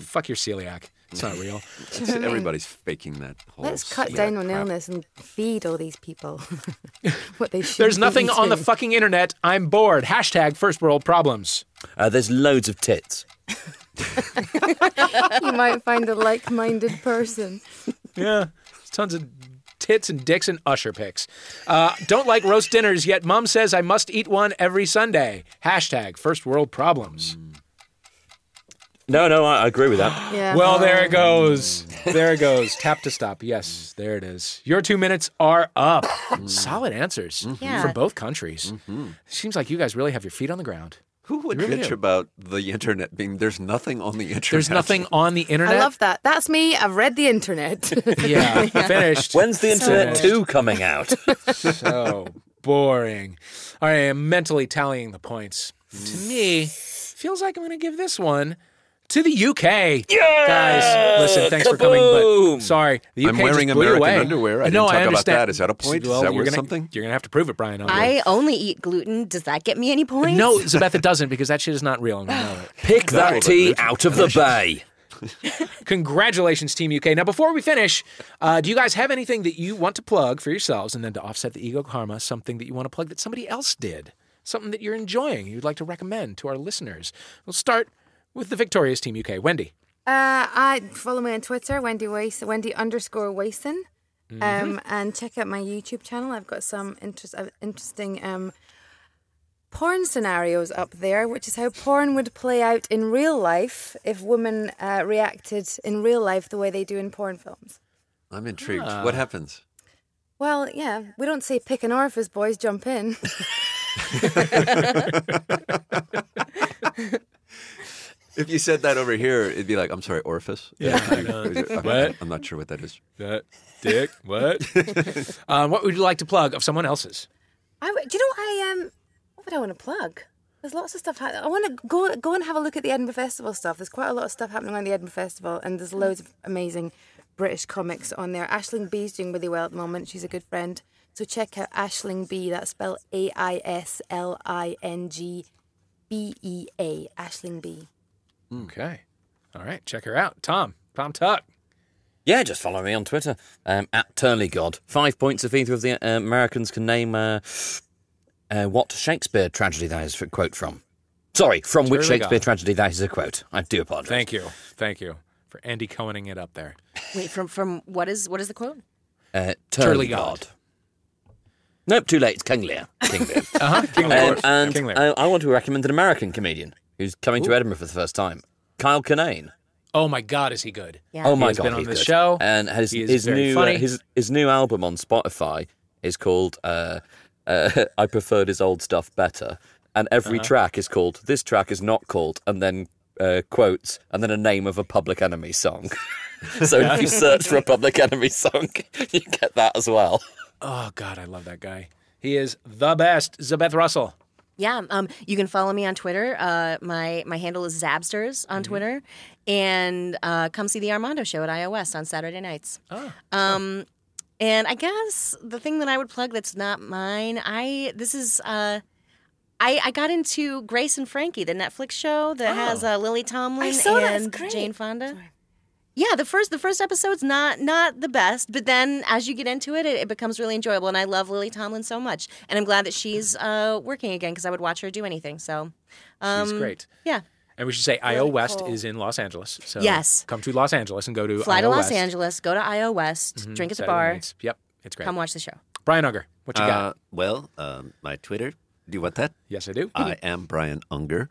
Fuck your celiac. It's not real. It's- everybody's faking that whole. Let's cut celiac down on crap. illness and feed all these people what they should. There's be nothing on the eating. fucking internet. I'm bored. Hashtag first world problems. Uh, there's loads of tits. you might find a like-minded person. Yeah. Tons of tits and dicks and usher pics. Uh, don't like roast dinners, yet mom says I must eat one every Sunday. Hashtag first world problems. No, no, I I agree with that. Yeah. Well, there it goes. There it goes. Tap to stop. Yes, there it is. Your two minutes are up. Solid answers Yeah. from both countries. Seems like you guys really have your feet on the ground. Who would Really bitch do. about the internet being there's nothing on the internet? There's nothing on the internet. I love that. That's me. I've read the internet. Yeah, finished. When's the Internet Finished. 2 coming out? so boring. All right, I'm mentally tallying the points. To me, feels like I'm going to give this one to the UK. Guys, listen, thanks for coming, but Kaboom! sorry, the UK I'm wearing just blew you American away. underwear. I no, didn't I talk about understand. that. Is that a point? Is Well, that you're worth gonna, something? You're going to have to prove it, Brian. aren't you? I only eat gluten. Does that get me any points? No, Zabeth, it doesn't because that shit is not real. And we know it. Pick that tea out of the bay. Congratulations, Team UK. Now, before we finish, uh, do you guys have anything that you want to plug for yourselves? And then to offset the ego karma, something that you want to plug that somebody else did, something that you're enjoying, you'd like to recommend to our listeners. We'll start with the victorious Team UK. Wendy. Uh, I follow me on Twitter, Wendy Wason, Wendy underscore Wason, Mm-hmm. um, and check out my YouTube channel. I've got some interest, uh, interesting um, porn scenarios up there, which is how porn would play out in real life if women uh, reacted in real life the way they do in porn films. I'm intrigued. Ah. What happens? Well, yeah, we don't say pick an orifice, boys, jump in. If you said that over here, it'd be like, I'm sorry, orifice. Yeah. I'm, What? I'm not sure what that is. That dick. What? uh, what would you like to plug of someone else's? I w- do you know what I um what would I want to plug? There's lots of stuff happening. I want to go go and have a look at the Edinburgh Festival stuff. There's quite a lot of stuff happening on the Edinburgh Festival, and there's loads of amazing British comics on there. Ashling B's doing really well at the moment. She's a good friend, so check out Ashling B. That's spelled A I S L I N G B E A. Ashling B. Okay. All right. Check her out. Tom. Tom Tuck. Yeah, just follow me on Twitter um, at TurnleyGod. Five points if either of the uh, Americans can name uh, uh, what Shakespeare tragedy that is a quote from. Sorry, from which Turlygod. Shakespeare tragedy that is a quote. I do apologise. Thank you. Thank you for Andy Cohening it up there. Wait, from from what is what is the quote? Uh, Turlygod. Turlygod. Nope, too late. It's King Lear. King Lear. Uh-huh. King Lear. Um, and King Lear. I, I want to recommend an American comedian who's coming to Edinburgh for the first time, Kyle Kinane. oh my God, is he good? Yeah. Oh my has god, been on he's the good. show. and his, He is his very new funny. uh, his his new album on Spotify is called uh, uh, "I Preferred His Old Stuff Better," and every Uh-huh. track is called "This Track Is Not Called," and then uh, quotes and then a name of a Public Enemy song. so if you search for a Public Enemy song, you get that as well. Oh God, I love that guy. He is the best. Zabeth Russell. Yeah, um, you can follow me on Twitter. Uh, my my handle is Zabsters Mm-hmm. on Twitter, and uh, come see the Armando show at iOS on Saturday nights. Oh. Um, and I guess the thing that I would plug that's not mine, I this is uh, I I got into Grace and Frankie, the Netflix show that has uh, Lily Tomlin Oh. I saw that. It's and great. Jane Fonda. Yeah, the first the first episode's not not the best, but then as you get into it, it, it becomes really enjoyable, and I love Lily Tomlin so much, and I'm glad that she's uh, working again because I would watch her do anything. So, um, He's great. Yeah, And we should say IO West cool. is in Los Angeles. So Yes. come to Los Angeles and go to fly IO to Los West. Angeles, go to IO West, drink at the Saturday bar, nights. Yep, it's great. come watch the show. Brian Unger, what you Uh, got? well, um, my Twitter. Do you want that? Yes, I do. I am Brian Unger.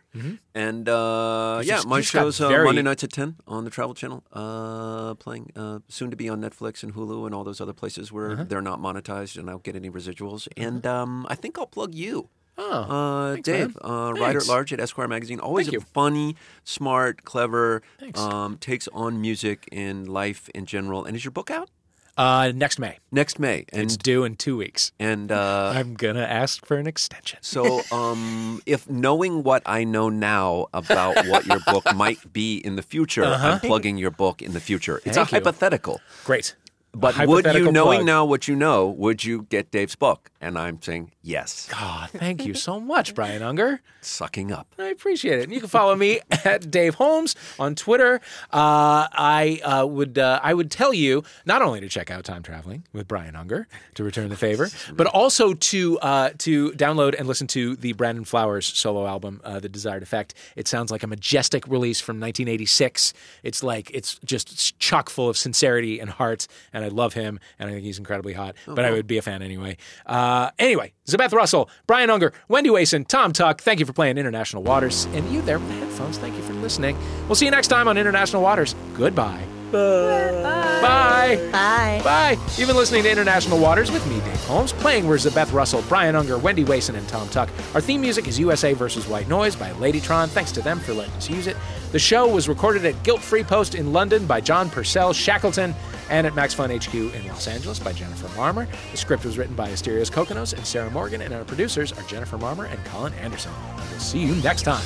And uh, You yeah, just- my you just got show's uh, very- Monday nights at 10 on the Travel Channel, uh, playing uh, soon to be on Netflix and Hulu and all those other places where Uh-huh. they're not monetized and I don't get any residuals. And um, I think I'll plug you. Oh, uh, thanks, Dave, man. uh, writer at Thanks. large at Esquire magazine. Always Thank a you. funny, smart, clever, Thanks. um, takes on music and life in general. And is your book out Uh, next May. next May? it's And due in two weeks. and uh, I'm gonna ask for an extension. So, um, if knowing what I know now about what your book might be in the future, I'm plugging your book in the future. Uh-huh. It's Thank a you. hypothetical. Great. A But would you, hypothetical knowing plug. now what you know, would you get Dave's book? And I'm saying yes. Oh, thank you so much, Brian Unger. Sucking up. I appreciate it. And you can follow me at Dave Holmes on Twitter. Uh, I uh, would uh, I would tell you not only to check out Time Traveling with Brian Unger to return the favor, but also to uh, to download and listen to the Brandon Flowers solo album, uh, The Desired Effect. It sounds like a majestic release from 1986. It's like it's just chock full of sincerity and heart, and and I love him, and I think he's incredibly hot. but I would be a fan anyway. Uh, anyway, Zabeth Russell, Brian Unger, Wendy Wason, Tom Tuck. Thank you for playing International Waters, and you there with the headphones. Thank you for listening. We'll see you next time on International Waters. Goodbye. Bye. Bye. Bye. You've been listening to International Waters with me, Dave Holmes. Playing were Zabeth Russell, Brian Unger, Wendy Wason, and Tom Tuck. Our theme music is USA versus White Noise by Ladytron. Thanks to them for letting us use it. The show was recorded at Guilt Free Post in London by John Purcell Shackleton and at Max Fun HQ in Los Angeles by Jennifer Marmer. The script was written by Asterios Kokonos and Sarah Morgan, and our producers are Jennifer Marmer and Colin Anderson. We'll see you next time.